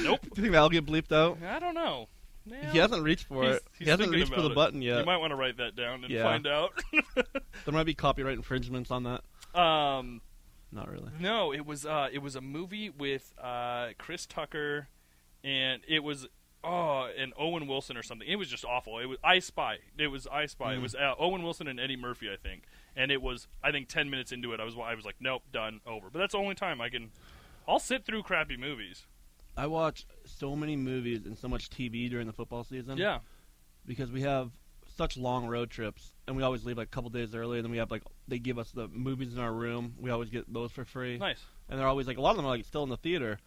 Speaker 2: nope.
Speaker 4: Do you think that'll get bleeped out?
Speaker 2: I don't know. Yeah.
Speaker 4: He hasn't reached for
Speaker 2: He's-
Speaker 4: it.
Speaker 2: he's
Speaker 4: he hasn't
Speaker 2: thinking
Speaker 4: reached for
Speaker 2: about
Speaker 4: the
Speaker 2: it.
Speaker 4: button yet.
Speaker 2: You might want to write that down and
Speaker 4: Yeah.
Speaker 2: find out. *laughs*
Speaker 4: There might be copyright infringements on that.
Speaker 2: um,
Speaker 4: Not really.
Speaker 2: no, it was uh, it was a movie with uh, Chris Tucker, and it was oh, and Owen Wilson or something. It was just awful. It was I Spy. It was I Spy.
Speaker 4: Mm.
Speaker 2: It was uh, Owen Wilson and Eddie Murphy, I think. And it was I think ten minutes into it, I was I was like, nope, done, over. But that's the only time I can. I'll sit through crappy movies.
Speaker 4: I watch so many movies and so much TV during the football season.
Speaker 2: Yeah,
Speaker 4: Because we have such long road trips, and we always leave like a couple days early, and then we have like they give us the movies in our room. We always get those for free,
Speaker 2: nice.
Speaker 4: and they're always like a lot of them are like still in the theater.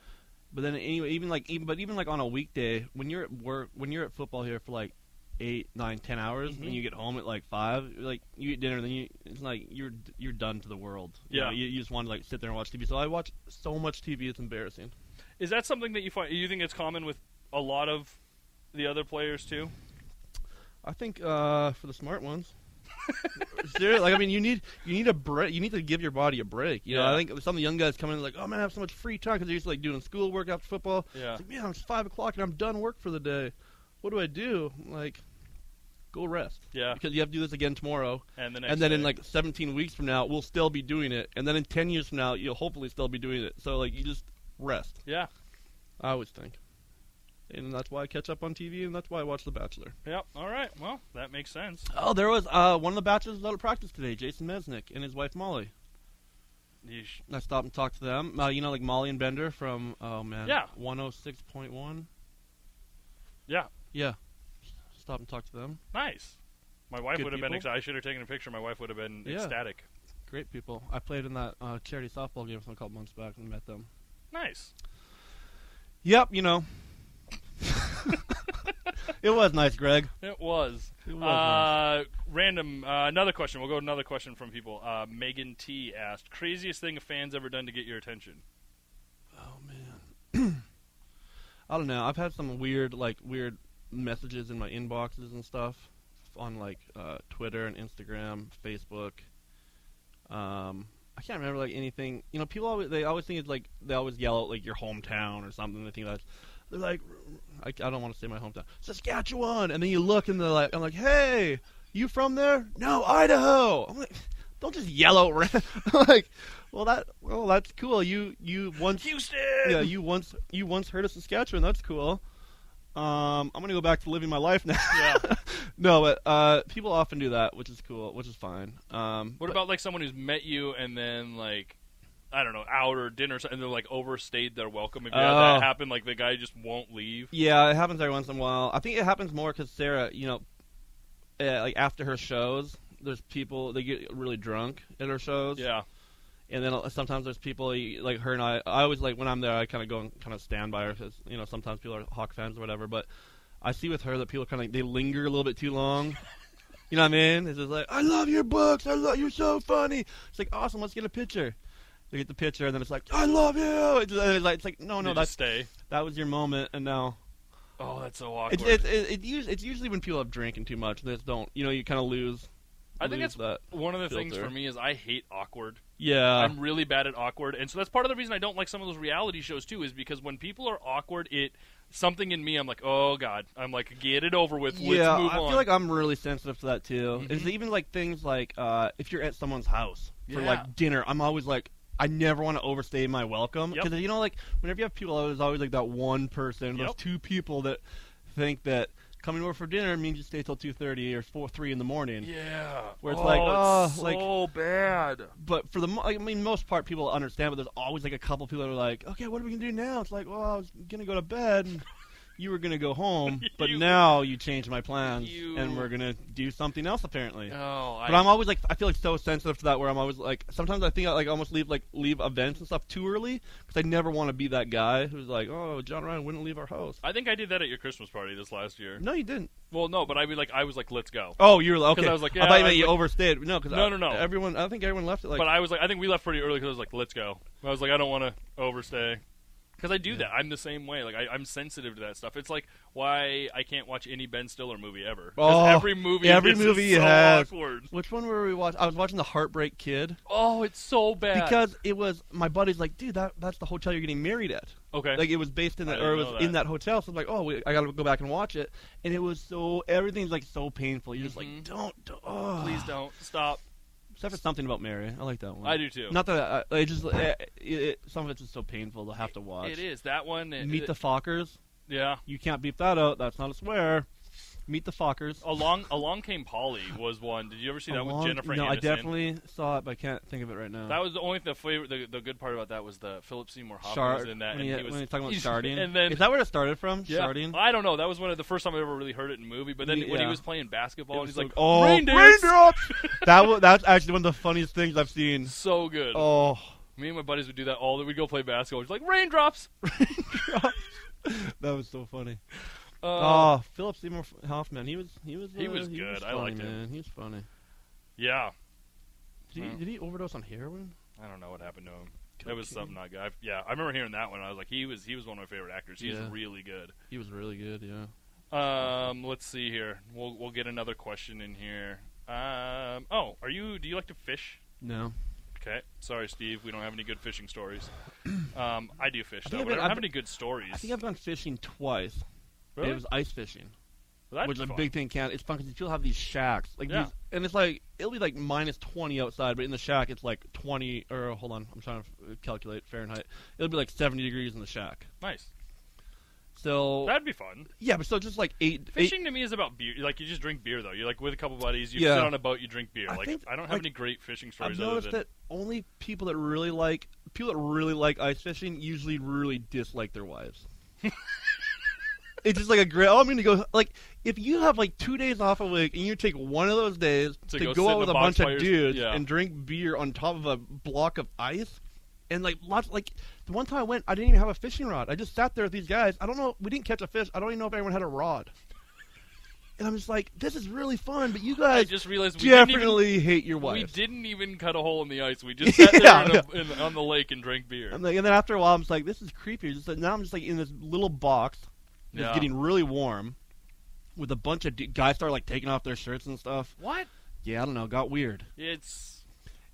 Speaker 4: But then anyway, even like even but even like on a weekday when you're at work, when you're at football here for like eight, nine, ten hours,
Speaker 2: Mhm.
Speaker 4: and you get home at like five, like you eat dinner, then you it's like you're you're done to the world. You
Speaker 2: Yeah.
Speaker 4: know, you, you just want to like sit there and watch TV. So I watch so much TV, it's embarrassing.
Speaker 2: Is that something that you find? You think it's common with a lot of the other players too?
Speaker 4: I think uh, for the smart ones. *laughs* Seriously, like I mean, you need you need a break. You need to give your body a break. You know,
Speaker 2: Yeah.
Speaker 4: I think some of the young guys come in like, oh man, I have so much free time because they're used to like doing schoolwork after football.
Speaker 2: Yeah.
Speaker 4: It's like, man, it's five o'clock and I'm done work for the day. What do I do? I'm like, go rest.
Speaker 2: Yeah.
Speaker 4: Because you have to do this again tomorrow,
Speaker 2: And the next
Speaker 4: and then in
Speaker 2: day.
Speaker 4: like 17 weeks from now, we'll still be doing it, and then in 10 years from now, you'll hopefully still be doing it. So like, you just rest.
Speaker 2: yeah,
Speaker 4: I always think, and that's why I catch up on TV, and that's why I watch The Bachelor.
Speaker 2: Yep. All right. Well, that makes sense.
Speaker 4: Oh, there was uh, one of the bachelors out of practice today, Jason Mesnick and his wife Molly.
Speaker 2: Yeesh.
Speaker 4: I stopped and talked to them. Uh, you know, like Molly and Bender from oh man,
Speaker 2: Yeah.
Speaker 4: one hundred six point one.
Speaker 2: Yeah.
Speaker 4: Yeah, stop and talk to them.
Speaker 2: Nice. My wife
Speaker 4: Good
Speaker 2: would have been. Ex-
Speaker 4: people?
Speaker 2: I should have taken a picture. My wife would have been
Speaker 4: Yeah.
Speaker 2: ecstatic.
Speaker 4: Great people. I played in that uh, charity softball game with them a couple months back and met them.
Speaker 2: Nice.
Speaker 4: Yep, you know. *laughs* it was nice, Greg.
Speaker 2: It was.
Speaker 4: It was
Speaker 2: uh, Random. Uh, another question. We'll go to another question from people. Uh, Megan T asked, "Craziest thing a fan's ever done to get your attention?"
Speaker 4: Oh man. *clears throat* I don't know. I've had some weird like weird messages in my inboxes and stuff on like uh, Twitter and Instagram, Facebook. Um I can't remember like anything. You know, people always they always think it's like they always yell at like your hometown or something. They think that's they're like I, I don't want to say my hometown. Saskatchewan. And then you look and they're like I'm like, "Hey, you from there?" "No, Idaho." I'm like, "Don't just yell out ra- *laughs* like, well that well that's cool. You you once
Speaker 2: Houston.
Speaker 4: yeah, you once you once heard of Saskatchewan. That's cool. Um, I'm gonna go back to living my life now.
Speaker 2: *laughs*
Speaker 4: *laughs*
Speaker 2: Yeah.
Speaker 4: no, but uh, people often do that, which is cool, which is fine. Um,
Speaker 2: What
Speaker 4: but-
Speaker 2: about like someone who's met you and then like. I don't know, out or dinner, and they're like overstayed their welcome. If you had
Speaker 4: Oh.
Speaker 2: that happen, like the guy just won't leave.
Speaker 4: Yeah, it happens every once in a while. I think it happens more because Sarah, you know, uh, like after her shows, there's people they get really drunk at her shows.
Speaker 2: Yeah,
Speaker 4: and then uh, sometimes there's people you- like her and I. I always like when I'm there, I kind of go and kind of stand by her because you know sometimes people are Hawk fans or whatever. But I see with her that people kind of they linger a little bit too long. *laughs* you know what I mean? It's just like I love your books. I love you're so funny. It's like awesome. Let's get a picture. They get the picture, and then it's like I love you. It's, and it's like, it's like no,
Speaker 2: They
Speaker 4: Oh, no,
Speaker 2: just
Speaker 4: that's
Speaker 2: stay.
Speaker 4: *laughs* that was your moment, and now
Speaker 2: Oh, that's so
Speaker 4: it's
Speaker 2: awkward.
Speaker 4: it's it, it, us- it's usually when people have drinking too much. They just don't. You know, you kind of lose.
Speaker 2: I think that's
Speaker 4: lose that.
Speaker 2: one of the things
Speaker 4: filter.
Speaker 2: for me is I hate awkward.
Speaker 4: Yeah.
Speaker 2: I'm really bad at awkward, and so that's part of the reason I don't like some of those reality shows too. Is because when people are awkward, it something in me. I'm like, oh god, I'm like, get it over with.
Speaker 4: yeah,
Speaker 2: Let's move
Speaker 4: I
Speaker 2: on. Mm-hmm.
Speaker 4: feel like I'm really sensitive to that too. It's even like things like uh, if you're at someone's house for
Speaker 2: Yeah.
Speaker 4: like dinner, I'm always like, I never want to overstay my welcome
Speaker 2: Yep.
Speaker 4: because you know, like whenever you have people, there's always like that one person, those
Speaker 2: Yep.
Speaker 4: two people that think that coming over for dinner means you stay till two thirty or four three in the morning.
Speaker 2: Yeah.
Speaker 4: Where it's like, oh,
Speaker 2: it's
Speaker 4: like-
Speaker 2: so bad.
Speaker 4: But for the, mo- I mean, most part people understand, but there's always like a couple people that are like, okay, what are we gonna do now? It's like, well, I was gonna go to bed.
Speaker 2: *laughs*
Speaker 4: And you were gonna go home, but
Speaker 2: You-
Speaker 4: now you changed my plans,
Speaker 2: You-
Speaker 4: and we're gonna do something else apparently.
Speaker 2: Oh, I,
Speaker 4: But I'm always like I feel like so sensitive to that where I'm always like sometimes I think I like almost leave like leave events and stuff too early because I never want to be that guy who's like oh John Ryan wouldn't leave our house.
Speaker 2: I think I did that at your Christmas party this last year.
Speaker 4: No, you didn't.
Speaker 2: Well, no, but I mean, like, I was like, let's go.
Speaker 4: Oh, you were like,
Speaker 2: 'Cause
Speaker 4: okay.
Speaker 2: I was like,
Speaker 4: I
Speaker 2: yeah,
Speaker 4: thought you
Speaker 2: I
Speaker 4: meant
Speaker 2: was
Speaker 4: you
Speaker 2: like-
Speaker 4: overstayed. No, because
Speaker 2: No, no, no.
Speaker 4: Everyone, I think everyone left it like.
Speaker 2: but I was like, I think we left pretty early because I was like, let's go. I was like, I don't want to overstay. Because I do that. I'm the same way. Like, I, I'm sensitive to that stuff. It's like why I can't watch any Ben Stiller movie ever. 'Cause
Speaker 4: Oh,
Speaker 2: every movie,
Speaker 4: every
Speaker 2: is just
Speaker 4: movie he
Speaker 2: so
Speaker 4: has.
Speaker 2: awkward.
Speaker 4: which one were we watching? I was watching the Heartbreak Kid
Speaker 2: Oh, it's so bad.
Speaker 4: because it was my buddy's like, dude, that that's the hotel you're getting married at.
Speaker 2: okay,
Speaker 4: Like it was based in
Speaker 2: I
Speaker 4: that,
Speaker 2: didn't
Speaker 4: or it was
Speaker 2: know
Speaker 4: in
Speaker 2: that.
Speaker 4: that hotel. So I'm like, oh, we, I gotta go back and watch it. And it was so everything's like so painful. You're just
Speaker 2: Mhm.
Speaker 4: like, don't, do oh.
Speaker 2: please don't
Speaker 4: *sighs*
Speaker 2: stop.
Speaker 4: Except for something about Mary. I like that one.
Speaker 2: I do too.
Speaker 4: Not that I, I just eh, it, it, some of it's just so painful to have to watch.
Speaker 2: It is that one. and-
Speaker 4: Meet the Fockers.
Speaker 2: yeah.
Speaker 4: You can't beep that out. That's not a swear. Meet the Fockers.
Speaker 2: Along Along Came Polly was one. Did you ever Oh, see that
Speaker 4: Along-
Speaker 2: with Jennifer?
Speaker 4: no,
Speaker 2: Aniston?
Speaker 4: I definitely saw it, but I can't think of it right now.
Speaker 2: That was the only the flavor. The, the good part about that was the Philip Seymour Hoffman
Speaker 4: Shard-
Speaker 2: was in that,
Speaker 4: When,
Speaker 2: and
Speaker 4: you-
Speaker 2: he was
Speaker 4: when you're talking about
Speaker 2: he's-
Speaker 4: sharding,
Speaker 2: *laughs* And then
Speaker 4: is that where it started from?
Speaker 2: yeah,
Speaker 4: Sharding.
Speaker 2: I don't know. That was one of the first time I ever really heard it in a movie. But then
Speaker 4: Yeah.
Speaker 2: when he was playing basketball,
Speaker 4: It
Speaker 2: and
Speaker 4: was
Speaker 2: he's
Speaker 4: so-
Speaker 2: like,
Speaker 4: oh,
Speaker 2: reindeers!
Speaker 4: *laughs* that was that's actually one of the funniest things I've seen.
Speaker 2: so good.
Speaker 4: Oh,
Speaker 2: Me and my buddies would do that all. We'd go play basketball. It's like raindrops.
Speaker 4: that was so funny.
Speaker 2: Uh,
Speaker 4: oh, Philip Seymour Hoffman. He was he was
Speaker 2: He
Speaker 4: uh,
Speaker 2: was good. I
Speaker 4: funny,
Speaker 2: liked him.
Speaker 4: man. He was funny.
Speaker 2: yeah.
Speaker 4: Did
Speaker 2: Yeah.
Speaker 4: he, did he overdose on heroin?
Speaker 2: I don't know what happened to him. That was
Speaker 4: Okay.
Speaker 2: something not good. I, yeah, I remember hearing that one. I was like, he was he was one of my favorite actors. He's
Speaker 4: Yeah.
Speaker 2: really good.
Speaker 4: He was really good, yeah.
Speaker 2: Um, let's see here. We'll we'll get another question in here. Um, oh, are you? Do you like to fish?
Speaker 4: No.
Speaker 2: Okay, sorry, Steve. We don't have any good fishing
Speaker 4: *clears throat*
Speaker 2: stories. Um, I do fish
Speaker 4: I
Speaker 2: though, but I
Speaker 4: think I've been-
Speaker 2: don't have
Speaker 4: I've-
Speaker 2: any good stories.
Speaker 4: I think I've gone fishing twice.
Speaker 2: really?
Speaker 4: It was ice fishing,
Speaker 2: Well, that'd
Speaker 4: which
Speaker 2: be
Speaker 4: is a
Speaker 2: fun.
Speaker 4: big thing in Canada. It's fun because you still have these shacks. Like
Speaker 2: Yeah.
Speaker 4: these, and it's like, it'll be like minus 20 outside, but in the shack it's like 20, or hold on, I'm trying to uh, calculate Fahrenheit. It'll be like 70 degrees in the shack.
Speaker 2: nice.
Speaker 4: So,
Speaker 2: That'd be fun.
Speaker 4: yeah, but so just like eight. eight-
Speaker 2: Fishing to me is about beer. Like you just drink beer though. You're like with a couple buddies. You
Speaker 4: Yeah.
Speaker 2: sit on a boat. You drink beer.
Speaker 4: I
Speaker 2: like
Speaker 4: think-
Speaker 2: I don't have
Speaker 4: like,
Speaker 2: any great fishing
Speaker 4: I've
Speaker 2: stories other
Speaker 4: noticed
Speaker 2: than
Speaker 4: that only people that really like, people that really like ice fishing usually really dislike
Speaker 2: *laughs*
Speaker 4: their wives. it's just like a great, oh, I'm going to go, like, if you have like two days off a week and you take one of those days
Speaker 2: To
Speaker 4: to,
Speaker 2: go
Speaker 4: go,
Speaker 2: sit in
Speaker 4: out with
Speaker 2: the
Speaker 4: a
Speaker 2: box
Speaker 4: bunch
Speaker 2: by your-
Speaker 4: of dudes
Speaker 2: yeah.
Speaker 4: and drink beer on top of a block of ice and like lots like the one time I went I didn't even have a fishing rod I just sat there with these guys I don't know we didn't catch a fish I don't even know if anyone had a rod and I'm just like this is really fun but you
Speaker 2: I
Speaker 4: guys
Speaker 2: just realized we Didn't
Speaker 4: definitely hate your
Speaker 2: even, we
Speaker 4: wives
Speaker 2: didn't even cut a hole in the ice. We
Speaker 4: *laughs*
Speaker 2: just sat there
Speaker 4: Yeah,
Speaker 2: in a, in, on the lake and drank beer.
Speaker 4: I'm like, and then after a while, I'm just like, this is creepy. Just like, now I'm just like in this little box, just
Speaker 2: Yeah.
Speaker 4: getting really warm, with a bunch of d- guys start like taking off their shirts and stuff.
Speaker 2: What?
Speaker 4: Yeah, I don't know, got weird.
Speaker 2: It's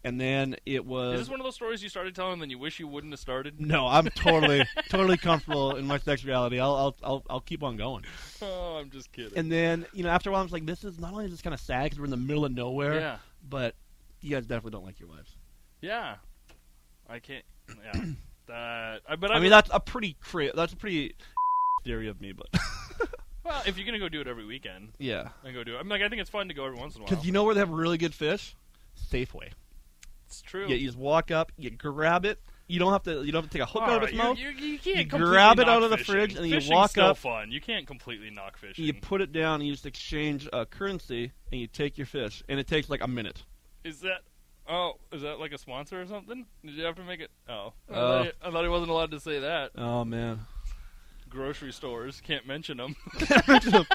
Speaker 4: And then it
Speaker 2: is
Speaker 4: was
Speaker 2: this one of those stories you started telling and then you wish you wouldn't have started?
Speaker 4: *laughs* no, I'm totally totally comfortable in my sexuality. I'll I'll I'll, I'll keep on going.
Speaker 2: *laughs* Oh, I'm just kidding.
Speaker 4: And then you know after a while, I'm just like, this is not only is this kind of sad because we're in the middle of nowhere,
Speaker 2: yeah,
Speaker 4: but you guys definitely don't like your wives.
Speaker 2: yeah. I can't.
Speaker 4: *clears throat*
Speaker 2: Yeah. That, I- but
Speaker 4: I
Speaker 2: I,
Speaker 4: mean, that's a pretty cra- that's a pretty *laughs* theory of me, but *laughs*
Speaker 2: well, if you're gonna go do it every weekend,
Speaker 4: yeah,
Speaker 2: then go do it. I'm like, I think it's fun to go every once in a while.
Speaker 4: because you know where they have really good fish, Safeway.
Speaker 2: it's true.
Speaker 4: Yeah, you just walk up, you grab it. You don't have to. You don't have to take a hook
Speaker 2: All
Speaker 4: out of
Speaker 2: right,
Speaker 4: its
Speaker 2: you-
Speaker 4: mouth. You,
Speaker 2: You, you can't
Speaker 4: you
Speaker 2: completely
Speaker 4: grab it
Speaker 2: knock
Speaker 4: out of the
Speaker 2: fishing.
Speaker 4: fridge and you
Speaker 2: Fishing's
Speaker 4: walk
Speaker 2: still
Speaker 4: up.
Speaker 2: Fun. You can't completely knock fishing.
Speaker 4: put it down and you just exchange uh, currency, and you take your fish. And it takes like a minute.
Speaker 2: is that? Oh, is that like a sponsor or something? Did you have to make it? Oh, I,
Speaker 4: Oh.
Speaker 2: thought he, I thought he wasn't allowed to say that.
Speaker 4: Oh man.
Speaker 2: Grocery stores can't mention them.
Speaker 4: *laughs* so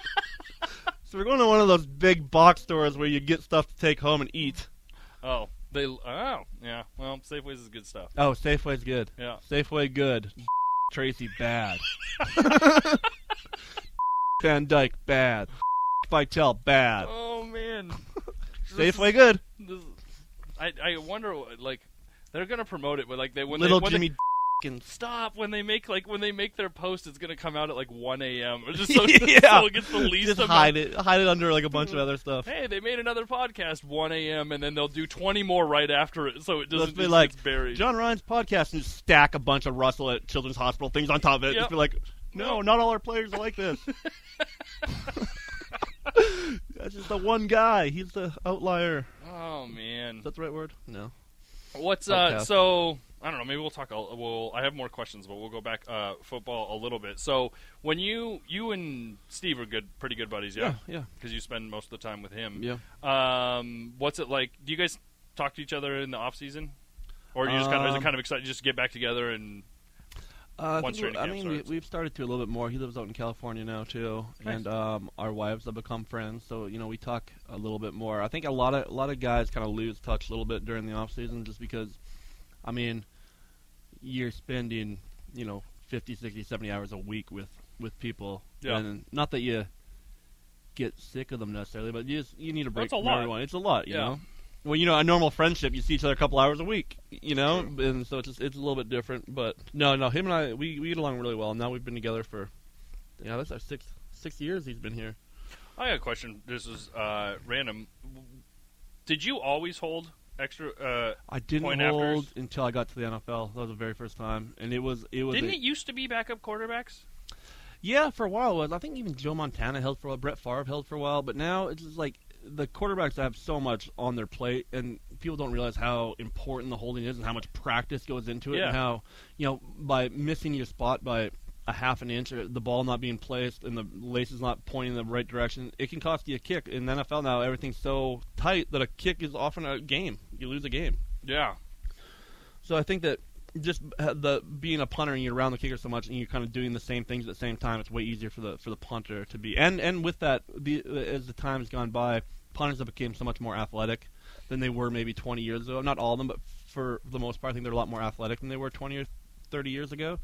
Speaker 4: we're going to one of those big box stores where you get stuff to take home and eat.
Speaker 2: *laughs* Oh, they. Oh, yeah. Well, Safeways is good stuff.
Speaker 4: Oh, Safeway's good.
Speaker 2: Yeah.
Speaker 4: Safeway good. *laughs* Tracy bad. *laughs* Van Dyke *laughs* bad. Vitell bad.
Speaker 2: Oh man. This
Speaker 4: *laughs* Safeway
Speaker 2: is-
Speaker 4: good.
Speaker 2: this is- I I wonder like they're gonna promote it, but like they when
Speaker 4: Little
Speaker 2: they, when
Speaker 4: *laughs* Jimmy
Speaker 2: they,
Speaker 4: fucking
Speaker 2: Stop when they make like when they make their post, it's gonna come out at like 1 a.m. It's
Speaker 4: *laughs*
Speaker 2: just so, so it gets the least
Speaker 4: Just
Speaker 2: amount.
Speaker 4: hide it, hide it under like a bunch of other stuff.
Speaker 2: Hey, they made another podcast 1 a.m. and then they'll do 20 more right after it, so it
Speaker 4: Just
Speaker 2: doesn't
Speaker 4: be
Speaker 2: just
Speaker 4: like
Speaker 2: gets buried.
Speaker 4: John Ryan's podcast and just stack a bunch of Russell at Children's Hospital things on top of
Speaker 2: Yep.
Speaker 4: it. Just be like, no, not all our players are
Speaker 2: *laughs*
Speaker 4: like this. That's just the one guy. He's the outlier.
Speaker 2: oh man,
Speaker 4: Is that the right word? No.
Speaker 2: What's uh?
Speaker 4: Okay.
Speaker 2: So I don't know. Maybe we'll talk. A, well, I have more questions, but we'll go back uh, football a little bit. So when you you and Steve are good, pretty good buddies, yeah,
Speaker 4: yeah,
Speaker 2: because you spend most of the time with him.
Speaker 4: yeah.
Speaker 2: Um, what's it like? Do you guys talk to each other in the off season, or you just kind of is it
Speaker 4: Um,
Speaker 2: kind of excited? Just get back together and
Speaker 4: Uh, I
Speaker 2: Once
Speaker 4: think we-
Speaker 2: training
Speaker 4: I
Speaker 2: camp
Speaker 4: mean, we,
Speaker 2: starts.
Speaker 4: we've started to a little bit more. He lives out in California now too,
Speaker 2: Nice.
Speaker 4: and um, our wives have become friends. So you know, we talk a little bit more. I think a lot of a lot of guys kind of lose touch a little bit during the off season, just because, I mean, you're spending you know 50, 60, 70 hours a week with with people,
Speaker 2: Yeah.
Speaker 4: and not that you get sick of them necessarily, but you just you need a break
Speaker 2: That's a
Speaker 4: from
Speaker 2: lot.
Speaker 4: everyone. It's a lot, you
Speaker 2: Yeah.
Speaker 4: know. Well, you know, a normal friendship, you see each other a couple hours a week, you know, and so it's just, it's a little bit different. But no, no, him and I, we, we get along really well. Now we've been together for, yeah, that's our sixth six years he's been here.
Speaker 2: I got a question. This is uh, random. Did you always hold extra? Uh,
Speaker 4: I didn't
Speaker 2: Point
Speaker 4: hold
Speaker 2: afters?
Speaker 4: until I got to the NFL. That was the very first time, and it was it was
Speaker 2: didn't
Speaker 4: a-
Speaker 2: it used to be backup quarterbacks?
Speaker 4: yeah for a while. It was I think even Joe Montana held for a while, Brett Favre held for a while, but now it's just like the quarterbacks have so much on their plate, and people don't realize how important the holding is and how much practice goes into it,
Speaker 2: Yeah.
Speaker 4: and how you know, by missing your spot by a half an inch, or the ball not being placed, and the laces not pointing in the right direction, it can cost you a kick. In the NFL now, everything's so tight that a kick is often a game. You lose a game.
Speaker 2: Yeah.
Speaker 4: So I think that just uh, the being a punter and you're around the kicker so much and you're kind of doing the same things at the same time, it's way easier for the for the punter to be. And and with that, the, as the time's gone by, punters have become so much more athletic than they were maybe 20 years ago. Not all of them, but for the most part, I think they're a lot more athletic than they were 20 or 30 years ago.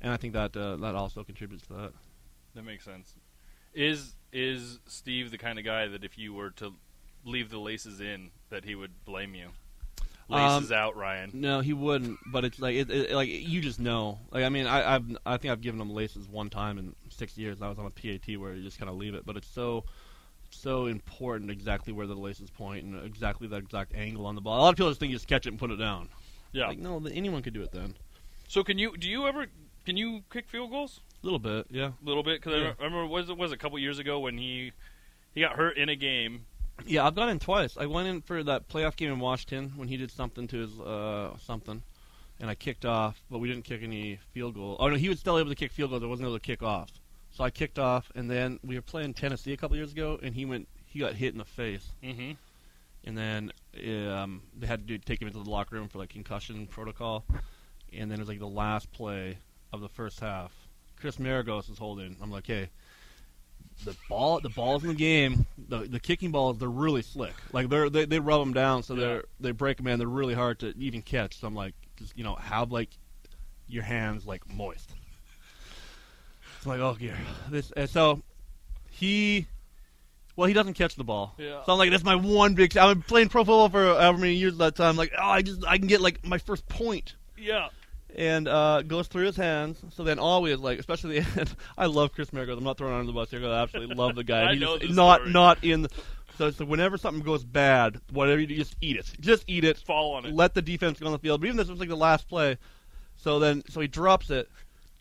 Speaker 4: And I think that uh, that also contributes to that.
Speaker 2: That makes sense. Is is Steve the kind of guy that if you were to leave the laces in, that he would blame you? Laces out, Ryan.
Speaker 4: No, he wouldn't. But it's like it, it, like you just know. Like I mean, I I've, I think I've given him laces one time in six years. I was on a PAT where you just kind of leave it. But it's so so important exactly where the laces point and exactly the exact angle on the ball. A lot of people just think you just catch it and put it down.
Speaker 2: Yeah.
Speaker 4: Like no, th- anyone could do it then.
Speaker 2: So can you? Do you ever? Can you kick field goals
Speaker 4: A little bit, yeah.
Speaker 2: a little bit? Because
Speaker 4: Yeah.
Speaker 2: I remember was it was a couple years ago when he he got hurt in a game.
Speaker 4: Yeah, I've gone in twice. I went in for that playoff game in Washington when he did something to his uh, something, and I kicked off, but we didn't kick any field goal. Oh no, he was still able to kick field goals. I wasn't able to kick off, so I kicked off, and then we were playing Tennessee a couple years ago, and he went, he got hit in the face,
Speaker 2: Mm-hmm.
Speaker 4: and then um, they had to do, take him into the locker room for like concussion protocol, and then it was like the last play of the first half. Chris Maragos is holding. I'm like, hey, the ball, the balls in the game, the the kicking balls, they're really slick. Like they're they, they rub them down, so
Speaker 2: Yeah.
Speaker 4: they're they break them in. They're really hard to even catch. So I'm like, just you know, have like your hands like moist. It's like, oh yeah, this. And so he, well, he doesn't catch the ball.
Speaker 2: Yeah.
Speaker 4: So I'm like, that's my one big. I've been playing pro football for however many years at that time. Like, oh, I just I can get like my first point
Speaker 2: Yeah.
Speaker 4: and uh, goes through his hands. So then always like, especially the *laughs* end. I love Chris Marigold. I'm not throwing under the bus here. 'cause I absolutely love the guy.
Speaker 2: *laughs* I
Speaker 4: He's
Speaker 2: know this
Speaker 4: not
Speaker 2: story.
Speaker 4: not in. The, so it's like whenever something goes bad, whatever you do, just eat it. Just eat it.
Speaker 2: Fall on it.
Speaker 4: Let the defense go on the field. But even this was like the last play. So then, so he drops it.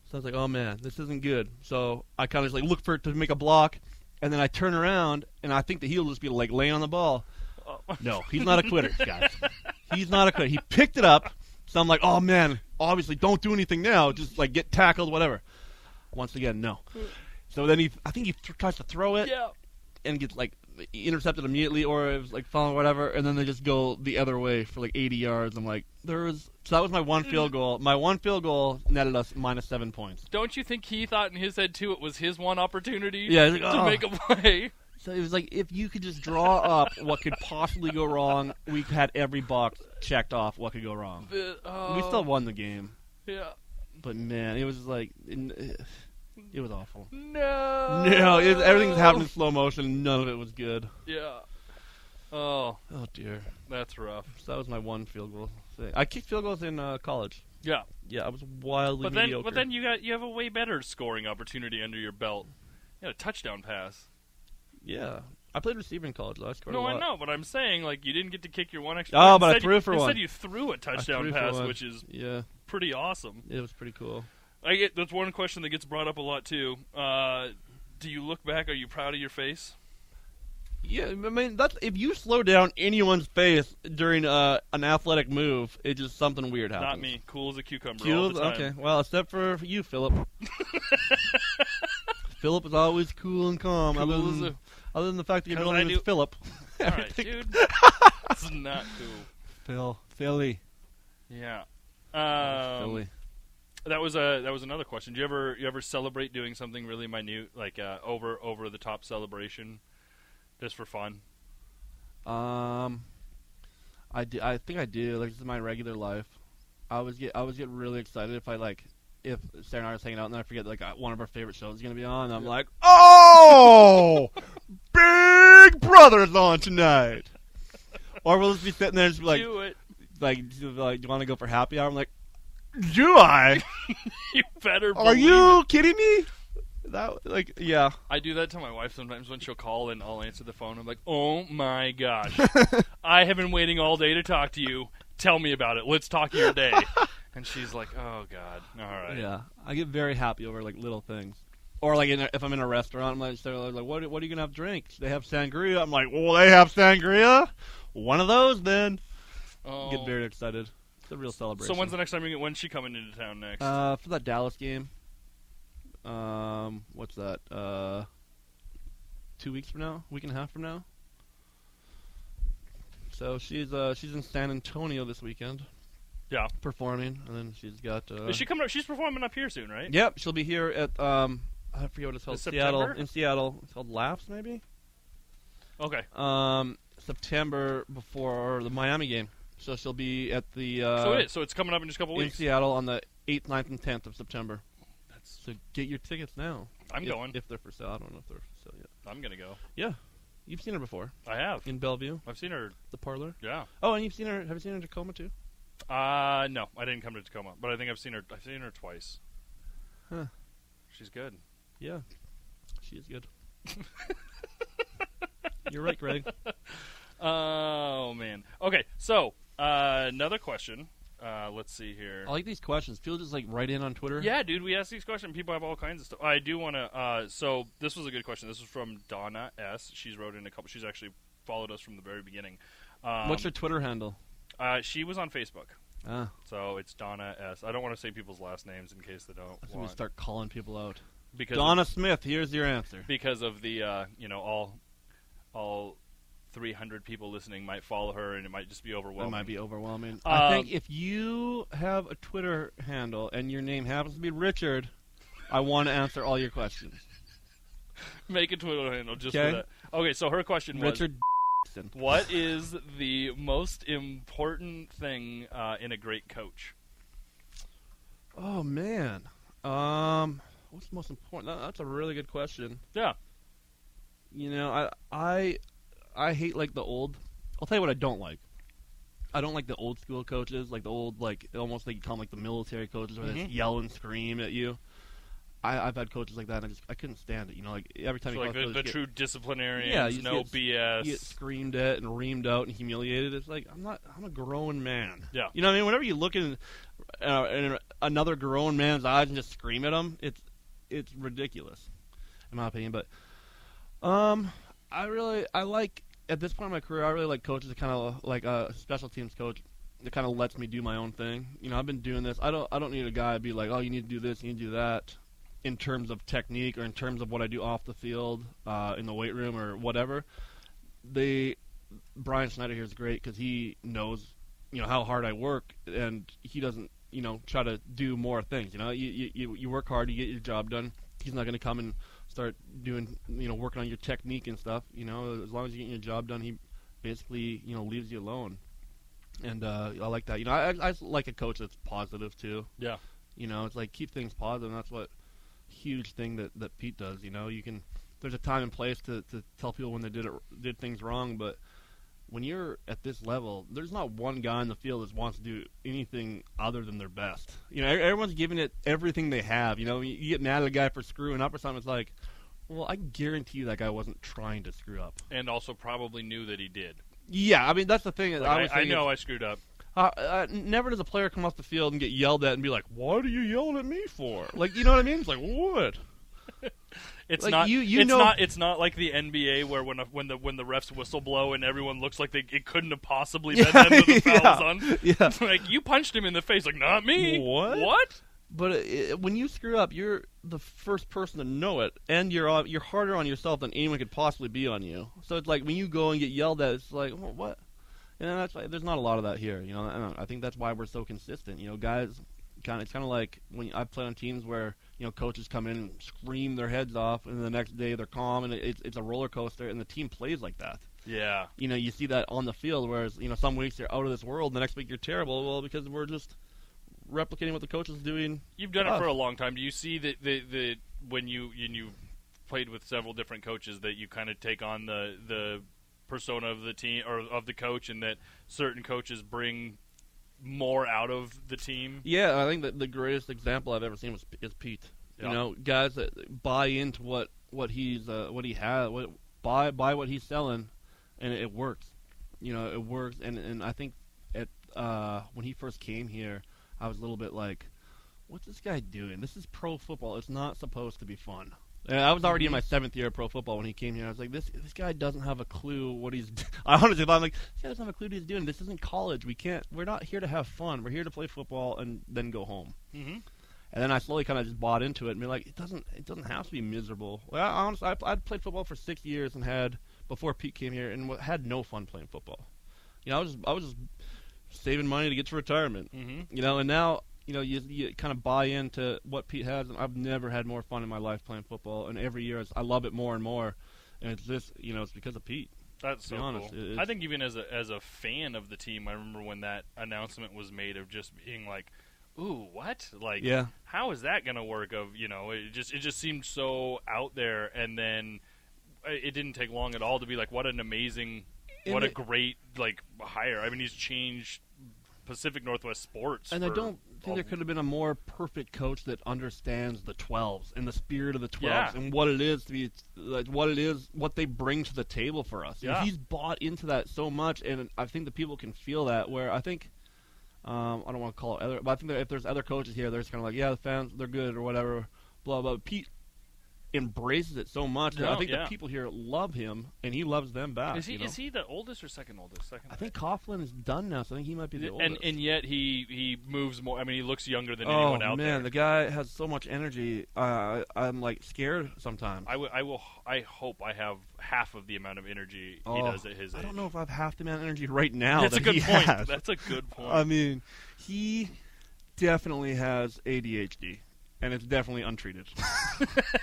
Speaker 4: So I was like, oh man, this isn't good. So I kind of just like look for it to make a block, and then I turn around and I think that he'll just be like laying on the ball.
Speaker 2: Oh.
Speaker 4: No, he's not a
Speaker 2: *laughs*
Speaker 4: quitter, guys. He's not a quitter. He picked it up, so I'm like, oh man, obviously don't do anything now. Just like get tackled, whatever. Once again, no. So then he, I think he th- tries to throw it
Speaker 2: Mm. Yeah.
Speaker 4: and gets like intercepted immediately, or it was like falling, whatever. And then they just go the other way for like 80 yards. I'm like, there was. So that was my one
Speaker 2: Mm.
Speaker 4: field goal. My one field goal netted us minus seven points.
Speaker 2: Don't you think he thought in his head too? It was his one opportunity.
Speaker 4: Yeah, he's like,
Speaker 2: to
Speaker 4: "Oh."
Speaker 2: make a play. *laughs*
Speaker 4: So it was like if you could just draw up what could possibly go wrong, we had every box checked off what could go wrong.
Speaker 2: The- oh,
Speaker 4: We still won the game.
Speaker 2: Yeah.
Speaker 4: But man, it was like it *sighs* it was awful.
Speaker 2: No. Oh.
Speaker 4: No, it, everything's happening in slow motion. None of it was good.
Speaker 2: Yeah. Oh,
Speaker 4: Oh dear.
Speaker 2: that's rough.
Speaker 4: So that was my one field goal. Thing. I kicked field goals in uh, college.
Speaker 2: Yeah,
Speaker 4: Yeah, I was wildly
Speaker 2: but then
Speaker 4: mediocre.
Speaker 2: but then you got you have a way better scoring opportunity under your belt. You had a touchdown pass.
Speaker 4: yeah, I played receiver in college. Though. I scored a
Speaker 2: no, I
Speaker 4: lot.
Speaker 2: know, but I'm saying like you didn't get to kick your one extra.
Speaker 4: Oh, but I
Speaker 2: Instead, you-
Speaker 4: threw for
Speaker 2: instead
Speaker 4: one.
Speaker 2: you threw a touchdown
Speaker 4: threw for
Speaker 2: pass,
Speaker 4: one.
Speaker 2: which is
Speaker 4: Yeah,
Speaker 2: pretty awesome.
Speaker 4: it was pretty cool.
Speaker 2: I get that's one question that gets brought up a lot too. Uh, do you look back? Are you proud of your face?
Speaker 4: Yeah, I mean that's if you slow down anyone's face during uh, an athletic move, it just something weird happens.
Speaker 2: Not me. Cool as a cucumber. all
Speaker 4: Cool.
Speaker 2: the time.
Speaker 4: Okay. Well, except for you, Philip.
Speaker 2: *laughs*
Speaker 4: Philip is always cool and calm.
Speaker 2: Cool
Speaker 4: other,
Speaker 2: as
Speaker 4: than,
Speaker 2: a-
Speaker 4: other than the fact that your
Speaker 2: Because
Speaker 4: middle
Speaker 2: I
Speaker 4: name is
Speaker 2: do-
Speaker 4: Philip.
Speaker 2: All
Speaker 4: *laughs*
Speaker 2: right, dude. It's not cool.
Speaker 4: Phil. Philly.
Speaker 2: Yeah. Um,
Speaker 4: Philly.
Speaker 2: that was a that was another question. Do you ever you ever celebrate doing something really minute, like uh, over over the top celebration, just for fun?
Speaker 4: Um, I, do, I think I do. Like this is my regular life. I always get I always get really excited if I like if Sarah and I are hanging out and I forget like I- one of our favorite shows is gonna be on. I'm like, oh, *laughs* Big Brother's on tonight. Or we'll just be sitting there and just be like,
Speaker 2: do
Speaker 4: *laughs*
Speaker 2: it.
Speaker 4: like, do- like, do you want to go for happy hour? I'm like, do I?
Speaker 2: You better.
Speaker 4: Are
Speaker 2: believe
Speaker 4: you kidding me? That like, yeah.
Speaker 2: I do that to my wife sometimes when she'll call and I'll answer the phone. I'm like, oh my gosh, I have been waiting all day to talk to you. Tell me about it. Let's talk your day. and she's like, oh god, all right.
Speaker 4: Yeah, I get very happy over like little things. Or like in a, if I'm in a restaurant, I'm like, they're like, what, what are you gonna have to drink? They have sangria. I'm like, well, they have sangria. One of those, then.
Speaker 2: Oh.
Speaker 4: Get very excited. It's a real celebration.
Speaker 2: So when's the next time? You, when's she coming into town next?
Speaker 4: uh for that Dallas game? Um, what's that? Uh, two weeks from now, week and a half from now. So she's uh she's in San Antonio this weekend.
Speaker 2: Yeah.
Speaker 4: performing, and then she's got. Uh,
Speaker 2: Is she coming? Up, she's performing up here soon, right?
Speaker 4: Yep, she'll be here at um I forget what it's called.
Speaker 2: Is
Speaker 4: Seattle
Speaker 2: September?
Speaker 4: in Seattle. It's called Laughs maybe.
Speaker 2: Okay.
Speaker 4: Um September before the Miami game. So she'll be at the uh
Speaker 2: so it is. So it's coming up in just a couple
Speaker 4: in
Speaker 2: weeks.
Speaker 4: Seattle on the 8th, 9th and 10th of September.
Speaker 2: That's-
Speaker 4: So get your tickets now.
Speaker 2: I'm
Speaker 4: if,
Speaker 2: going.
Speaker 4: If they're for sale. I don't know if they're for sale yet.
Speaker 2: I'm gonna go.
Speaker 4: You've seen her before
Speaker 2: I have.
Speaker 4: in Bellevue,
Speaker 2: I've seen her.
Speaker 4: the parlor.
Speaker 2: Yeah.
Speaker 4: Oh, and you've seen her have you seen her in Tacoma too?
Speaker 2: Uh no, I didn't come to Tacoma, but I think I've seen her. I've seen her twice.
Speaker 4: Huh.
Speaker 2: She's good.
Speaker 4: Yeah. She
Speaker 2: *laughs*
Speaker 4: is good. You're right, Greg.
Speaker 2: Oh man. Okay, so uh, another question. Uh, let's see here.
Speaker 4: I like these questions. People just like write in on Twitter.
Speaker 2: Yeah, dude, we ask these questions. People have all kinds of stuff. I do want to. Uh, so this was a good question. This was from Donna S. She's wrote in a couple. She's actually followed us from the very beginning. Um,
Speaker 4: What's your Twitter handle?
Speaker 2: Uh, she was on Facebook,
Speaker 4: Ah.
Speaker 2: so it's Donna S. I don't want to say people's last names in case they don't
Speaker 4: That's when we
Speaker 2: want
Speaker 4: start calling people out.
Speaker 2: because
Speaker 4: Donna Smith, here's your answer.
Speaker 2: of, because of the uh, you know all all three hundred people listening might follow her and it might just be
Speaker 4: That
Speaker 2: overwhelming.
Speaker 4: might be overwhelming. I
Speaker 2: Um,
Speaker 4: think if you have a Twitter handle and your name happens to be Richard, I want to answer all your questions.
Speaker 2: Make a Twitter handle just
Speaker 4: Okay.
Speaker 2: for that. Okay, so her question was.
Speaker 4: Richard.
Speaker 2: What is the most important thing uh, in a great coach?
Speaker 4: Oh man. Um, what's most important? That- that's a really good question.
Speaker 2: Yeah.
Speaker 4: You know, I I I hate like the old. I'll tell you what I don't like. I don't like the old school coaches, like the old like almost like you call them like the military coaches, where they
Speaker 2: Mm-hmm.
Speaker 4: just yell and scream at you. I, I've had coaches like that, and I just I couldn't stand it. You know, like every time
Speaker 2: So
Speaker 4: you
Speaker 2: like
Speaker 4: call a
Speaker 2: the,
Speaker 4: coach,
Speaker 2: the
Speaker 4: get-
Speaker 2: true disciplinarians,
Speaker 4: Yeah, you
Speaker 2: no
Speaker 4: get-
Speaker 2: BS.
Speaker 4: you get screamed at and reamed out and humiliated. It's like I'm not. I'm a grown man.
Speaker 2: Yeah.
Speaker 4: You know what I mean? Whenever you look in, uh, in another grown man's eyes and just scream at him, it's it's ridiculous, in my opinion. But um, I really I like at this point in my career, I really like coaches that kind of like a special teams coach that kind of lets me do my own thing. You know, I've been doing this. I don't I don't need a guy to be like, oh, you need to do this, you need to do that. In terms of technique, or in terms of what I do off the field, uh, in the weight room, or whatever, they Brian Schneider here is great because he knows, you know, how hard I work, and he doesn't, you know, try to do more things. You know, you you- you, you work hard, you get your job done. He's not going to come and start doing, you know, working on your technique and stuff. You know, as long as you get your job done, he basically, you know, leaves you alone. And uh, I like that. You know, I, I I like a coach that's positive too.
Speaker 2: Yeah.
Speaker 4: You know, it's like keep things positive. And that's what huge thing that that Pete does. You know, you can there's a time and place to, to tell people when they did it did things wrong, but when you're at this level, there's not one guy in the field that wants to do anything other than their best. You know, e- everyone's giving it everything they have. You know, you you get mad at a guy for screwing up or something. It's like, well, I guarantee you that guy wasn't trying to screw up.
Speaker 2: and also probably knew that he did.
Speaker 4: Yeah, I mean that's the thing. is
Speaker 2: Like,
Speaker 4: I, was
Speaker 2: I, I
Speaker 4: thinking-
Speaker 2: know I screwed up.
Speaker 4: Uh, uh, never does a player come off the field and get yelled at and be like, "What are you yelling at me for?" Like, you know what I mean? It's like, what?
Speaker 2: It's
Speaker 4: Like,
Speaker 2: not.
Speaker 4: you- you
Speaker 2: it's
Speaker 4: know-
Speaker 2: not. It's not like the NBA where when a, when the when the refs whistle blow and everyone looks like they it couldn't have possibly been them that the
Speaker 4: *laughs* Yeah.
Speaker 2: foul was on.
Speaker 4: Yeah.
Speaker 2: like you punched him in the face. Like not me.
Speaker 4: What?
Speaker 2: What?
Speaker 4: But uh when you screw up, you're the first person to know it, and you're uh, you're harder on yourself than anyone could possibly be on you. So it's like when you go and get yelled at, it's like, well, what? And that's like, there's not a lot of that here. You know, I, don't, I think that's why we're so consistent. You know, guys, kind of it's kind of like when I play on teams where you know coaches come in and scream their heads off, and the next day they're calm, and it, it's it's a roller coaster, and the team plays like that.
Speaker 2: Yeah.
Speaker 4: you know, you see that on the field. Whereas, you know, some weeks you're out of this world, the next week you're terrible. Well, because we're just replicating what the coach is doing.
Speaker 2: You've done it
Speaker 4: Us.
Speaker 2: for a long time. Do you see that the, the when you when you played with several different coaches that you kind of take on the the persona of the team or of the coach, and that certain coaches bring more out of the team?
Speaker 4: Yeah, I think that the greatest example I've ever seen was is Pete.
Speaker 2: Yeah.
Speaker 4: You know, guys that buy into what what he's uh, what he has, what buy buy what he's selling, and it works. You know, it works. And and I think at uh, when he first came here, I was a little bit like, "What's this guy doing? This is pro football. It's not supposed to be fun." And I was already in my seventh year of pro football when he came here. I was like, "This this guy doesn't have a clue what he's." d- *laughs* I honestly, I'm like, "This guy doesn't have a clue what he's doing. This isn't college. We can't. We're not here to have fun. We're here to play football and then go home."
Speaker 2: Mm-hmm.
Speaker 4: And then I slowly kind of just bought into it and be like, it doesn't it doesn't have to be miserable. Well, I, honestly, I, I played football for six years and had before Pete came here and w- had no fun playing football. You know, I was just, I was just saving money to get to retirement.
Speaker 2: Mm-hmm.
Speaker 4: You know, and now you know you, you kind of buy into what Pete has, and I've never had more fun in my life playing football. And every year, it's, I love it more and more. And it's this, you know, it's because of Pete.
Speaker 2: That's
Speaker 4: To
Speaker 2: so
Speaker 4: be honest,
Speaker 2: cool.
Speaker 4: it- it's-
Speaker 2: I think even as a as a fan of the team, I remember when that announcement was made of just being like, "Ooh, what? Like,
Speaker 4: Yeah.
Speaker 2: how is that going to work?" Of you know, it just it just seemed so out there, and then uh, it didn't take long at all to be like, "What an amazing,
Speaker 4: And
Speaker 2: what a
Speaker 4: it-
Speaker 2: great like hire." I mean, he's changed Pacific Northwest sports,
Speaker 4: And I
Speaker 2: for
Speaker 4: don't think
Speaker 2: a-
Speaker 4: there could have been a more perfect coach that understands the 12s and the spirit of the 12s
Speaker 2: Yeah.
Speaker 4: and what it is to be like what it is what they bring to the table for us. And
Speaker 2: Yeah.
Speaker 4: he's bought into that so much, and I think the people can feel that. Where I think. Um, I don't want to call it other, but I think that if there's other coaches here, they're just kind of like, yeah, the fans, they're good or whatever, blah blah. Pete embraces it so much that
Speaker 2: No,
Speaker 4: I think
Speaker 2: yeah.
Speaker 4: the people here love him, and he loves them back.
Speaker 2: Is he
Speaker 4: you know?
Speaker 2: is he the oldest or second oldest? Second.
Speaker 4: I think Coughlin is done now, so I think he might be the oldest.
Speaker 2: and and yet he he moves more. I mean, he looks younger than
Speaker 4: oh
Speaker 2: anyone out
Speaker 4: man,
Speaker 2: there.
Speaker 4: the guy has so much energy. Uh, I'm like scared sometimes.
Speaker 2: I will. I will. I hope I have half of the amount of energy he
Speaker 4: Oh,
Speaker 2: does at his age.
Speaker 4: I don't know if I've half the amount of energy right now.
Speaker 2: That's a
Speaker 4: that
Speaker 2: good
Speaker 4: he
Speaker 2: point.
Speaker 4: has. Um,
Speaker 2: That's a
Speaker 4: *laughs*
Speaker 2: good point.
Speaker 4: I mean, he definitely has ADHD, and it's definitely untreated. *laughs*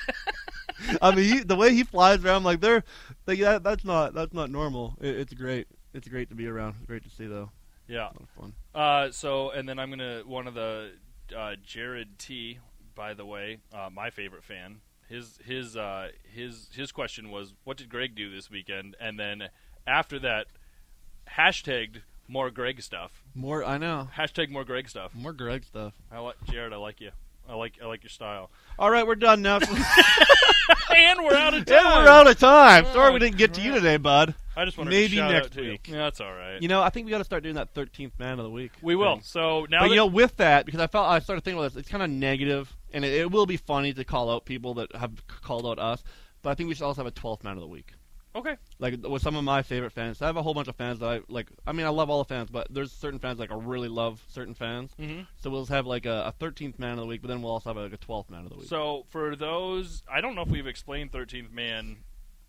Speaker 4: I mean, he, the way he flies around, like they're like that, that's not that's not normal. It, it's great. It's great to be around. It's great to see though.
Speaker 2: yeah.
Speaker 4: A lot of fun.
Speaker 2: Uh, so, and then I'm gonna one of the uh, Jared T. By the way, uh, my favorite fan. His his uh, his his question was, "What did Greg do this weekend?" And then after that, hashtagged more Greg stuff.
Speaker 4: More, I know.
Speaker 2: Hashtag more Greg stuff.
Speaker 4: More Greg stuff.
Speaker 2: I like Jared. I like you. I like I like your style.
Speaker 4: All right, we're done *laughs* now.
Speaker 2: and we're out
Speaker 4: *laughs*
Speaker 2: of time.
Speaker 4: Yeah, we're out of time. Sorry
Speaker 2: Oh,
Speaker 4: we didn't get to you today, bud.
Speaker 2: I just wanted to
Speaker 4: Maybe
Speaker 2: shout
Speaker 4: next
Speaker 2: out to you.
Speaker 4: week.
Speaker 2: Yeah, that's all right.
Speaker 4: You know, I think we got to start doing that 13th man of the week.
Speaker 2: We will.
Speaker 4: thing.
Speaker 2: So now
Speaker 4: But
Speaker 2: that,
Speaker 4: you know, with that, because I felt I started thinking about this, it's kind of negative, and it, it will be funny to call out people that have c- called out us. But I think we should also have a 12th man of the week.
Speaker 2: okay,
Speaker 4: Like with some of my favorite fans, I have a whole bunch of fans that I like. I mean, I love all the fans, but there's certain fans like I really love certain fans.
Speaker 2: Mhm.
Speaker 4: So we'll just have like a, a 13th man of the week, but then we'll also have like a 12th man of the week.
Speaker 2: so for those, I don't know if we've explained Thirteenth Man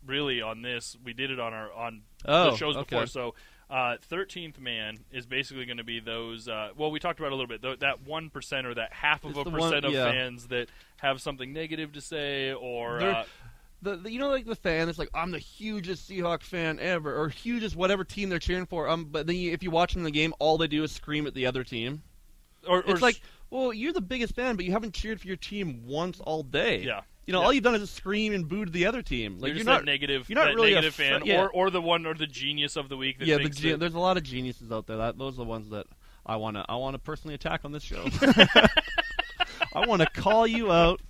Speaker 2: really on this. We did it on our on the
Speaker 4: Oh,
Speaker 2: shows
Speaker 4: okay.
Speaker 2: before. So uh, Thirteenth Man is basically going to be those. Uh, well, we talked about it a little bit tho- that one percent or that half of
Speaker 4: It's
Speaker 2: a
Speaker 4: the
Speaker 2: percent
Speaker 4: one-
Speaker 2: of
Speaker 4: yeah.
Speaker 2: fans that have something negative to say or
Speaker 4: They're-
Speaker 2: uh,
Speaker 4: the, the you know like the fan that's like I'm the hugest Seahawk fan ever or hugest whatever team they're cheering for. Um, but then you, if you watch them in the game, all they do is scream at the other team.
Speaker 2: or, or
Speaker 4: It's like, well, you're the biggest fan, but you haven't cheered for your team once all day.
Speaker 2: yeah.
Speaker 4: You know, all you've done is scream and boo to the other team.
Speaker 2: you're,
Speaker 4: Like you're,
Speaker 2: just
Speaker 4: not
Speaker 2: that negative,
Speaker 4: you're not
Speaker 2: that
Speaker 4: really a
Speaker 2: negative
Speaker 4: fr-
Speaker 2: fan,
Speaker 4: yeah.
Speaker 2: or or the one or the genius of the week. That
Speaker 4: yeah, the
Speaker 2: thinks
Speaker 4: gen-
Speaker 2: that-
Speaker 4: there's a lot of geniuses out there. That, those are the ones that I want to I want to personally attack on this
Speaker 2: *laughs*
Speaker 4: show. *laughs* I want to call you out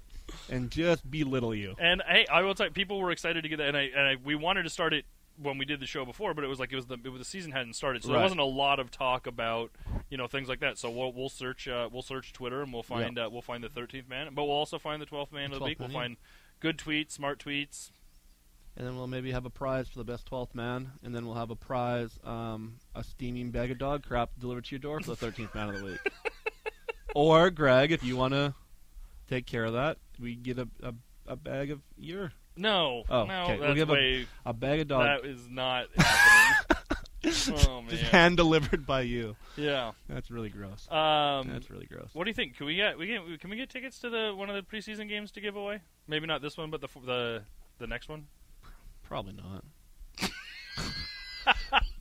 Speaker 4: and just belittle you.
Speaker 2: And hey, I will tell you, people were excited to get that, and I and I, we wanted to start it when we did the show before, but it was like it was the it was the season hadn't started, so there
Speaker 4: Right.
Speaker 2: wasn't a lot of talk about you know things like that. So we'll we'll search uh, we'll search Twitter and we'll find uh, we'll find the thirteenth man, but we'll also find the twelfth man of the
Speaker 4: 12th
Speaker 2: week.
Speaker 4: man,
Speaker 2: We'll
Speaker 4: yeah.
Speaker 2: find good tweets, smart tweets.
Speaker 4: And then we'll maybe have a prize for the best 12th man, and then we'll have a prize um, a steaming bag of dog crap delivered to your door for the 13th man of
Speaker 2: *laughs*
Speaker 4: the week. or Greg, if you want to take care of that, we get a, a, a bag of your
Speaker 2: No,
Speaker 4: Oh,
Speaker 2: no,
Speaker 4: okay. We'll
Speaker 2: that's
Speaker 4: give 'em
Speaker 2: way
Speaker 4: a bag of dog
Speaker 2: that is not
Speaker 4: *laughs*
Speaker 2: happening. oh man,
Speaker 4: just hand delivered by you.
Speaker 2: yeah.
Speaker 4: That's really gross.
Speaker 2: Um,
Speaker 4: That's really gross.
Speaker 2: What do you think? Can we get we get can we get tickets to the one of the preseason games to give away? Maybe not this one, but the f- the the next one.
Speaker 4: Probably
Speaker 2: *laughs*
Speaker 4: not.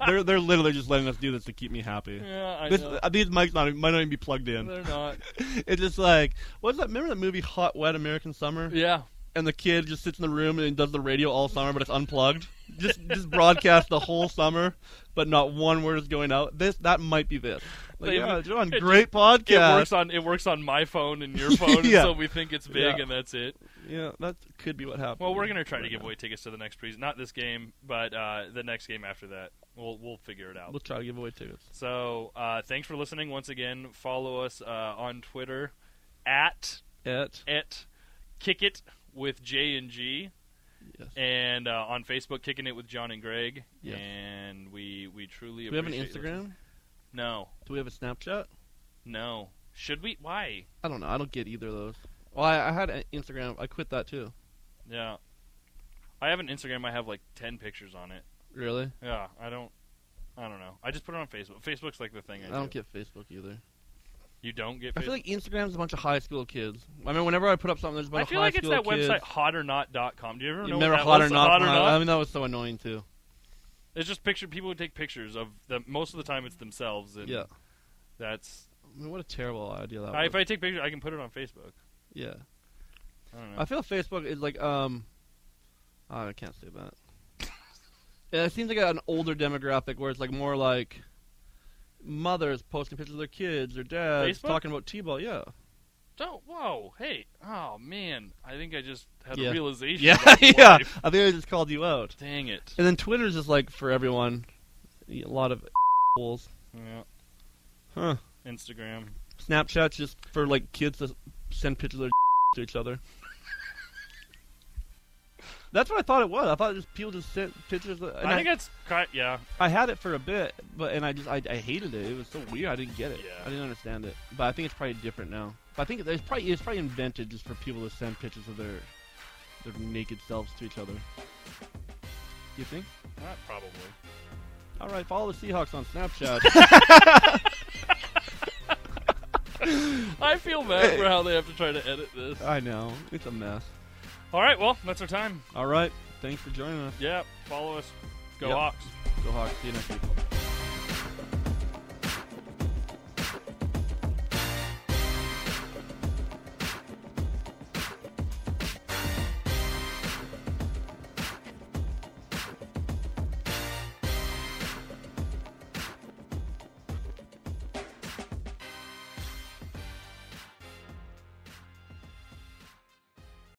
Speaker 4: they're they're literally just letting us do this to keep me happy.
Speaker 2: Yeah, I
Speaker 4: This,
Speaker 2: know.
Speaker 4: uh, these mics not, might not even be plugged in.
Speaker 2: They're not.
Speaker 4: *laughs* It's just like what's that? Remember that movie Hot Wet American Summer?
Speaker 2: Yeah,
Speaker 4: And the kid just sits in the room and does the radio all summer, but it's unplugged. Just just broadcast the whole summer, but not one word is going out. This that might be this. Like,
Speaker 2: They-
Speaker 4: yeah, John,
Speaker 2: it
Speaker 4: great podcast.
Speaker 2: it works on it works on my phone and your phone,
Speaker 4: *laughs* Yeah.
Speaker 2: so we think it's big,
Speaker 4: Yeah.
Speaker 2: and that's it.
Speaker 4: Yeah, that could be what happened.
Speaker 2: Well, we're gonna try to
Speaker 4: Right
Speaker 2: give
Speaker 4: now.
Speaker 2: away tickets to the next preseason, not this game, but uh, the next game after that. We'll we'll figure it out.
Speaker 4: We'll try to give away tickets.
Speaker 2: So uh, thanks for listening once again. Follow us uh, on Twitter at
Speaker 4: It
Speaker 2: at Kick It with J and G.
Speaker 4: yes.
Speaker 2: and uh, on Facebook, kicking it with John and Greg.
Speaker 4: Yes.
Speaker 2: And we we truly
Speaker 4: Do we have an
Speaker 2: appreciate you listening.
Speaker 4: Instagram?
Speaker 2: No,
Speaker 4: Do we have a Snapchat?
Speaker 2: no. Should we? Why?
Speaker 4: I don't know. I don't get either of those. Well, I, I had an Instagram. I quit that too.
Speaker 2: Yeah. I have an Instagram. I have like ten pictures on it.
Speaker 4: Really?
Speaker 2: Yeah, I don't. I don't know. I just put it on Facebook. Facebook's like the thing. I,
Speaker 4: I don't
Speaker 2: do.
Speaker 4: get Facebook either.
Speaker 2: You don't get.
Speaker 4: I feel
Speaker 2: Facebook?
Speaker 4: like Instagram's a bunch of high school kids. I mean, whenever I put up something, there's a bunch
Speaker 2: I
Speaker 4: of
Speaker 2: feel
Speaker 4: high
Speaker 2: like it's
Speaker 4: school
Speaker 2: that
Speaker 4: kids.
Speaker 2: website hotornot.com. Do you ever
Speaker 4: You
Speaker 2: know
Speaker 4: remember
Speaker 2: what that
Speaker 4: hot or
Speaker 2: was?
Speaker 4: not?
Speaker 2: Hot or
Speaker 4: I
Speaker 2: Not?
Speaker 4: mean, that was so annoying too.
Speaker 2: It's just picture people who take pictures of them. Most of the time, it's themselves. And
Speaker 4: Yeah. Oh,
Speaker 2: That's.
Speaker 4: I mean, what a terrible idea that
Speaker 2: I,
Speaker 4: was.
Speaker 2: if I take pictures, I can put it on Facebook.
Speaker 4: yeah.
Speaker 2: I don't know.
Speaker 4: I feel Facebook is like um, oh, I can't say that. *laughs* Yeah, it seems like an older demographic where it's like more like mothers posting pictures of their kids, their dads
Speaker 2: Facebook?
Speaker 4: talking about
Speaker 2: *laughs*
Speaker 4: t-ball. Yeah.
Speaker 2: Don't. Whoa. Hey. Oh man. I think I just had
Speaker 4: Yeah.
Speaker 2: a realization.
Speaker 4: Yeah,
Speaker 2: about
Speaker 4: *laughs* yeah.
Speaker 2: life.
Speaker 4: I think I just called you out.
Speaker 2: Dang it.
Speaker 4: And then Twitter's just like for everyone, a lot of *laughs* holes.
Speaker 2: Yeah.
Speaker 4: Huh.
Speaker 2: Instagram.
Speaker 4: Snapchat's just for like kids to send pictures of *laughs* their to each other. That's what I thought it was. I thought just people just sent pictures. Of, and
Speaker 2: I
Speaker 4: I,
Speaker 2: think that's quite. Yeah.
Speaker 4: I had it for a bit, but and I just I, I hated it. It was so weird. I didn't get it.
Speaker 2: Yeah.
Speaker 4: I didn't understand it. But I think it's probably different now. But I think it's probably it's probably invented just for people to send pictures of their their naked selves to each other. You think?
Speaker 2: Not probably.
Speaker 4: All right, follow the Seahawks on Snapchat.
Speaker 2: *laughs* I feel bad for how they have to try to edit this.
Speaker 4: I know it's a mess.
Speaker 2: All right. Well, that's our time.
Speaker 4: All right, thanks for joining us.
Speaker 2: Yeah. Follow us. Go
Speaker 4: Yep.
Speaker 2: Hawks.
Speaker 4: Go Hawks. See you next week.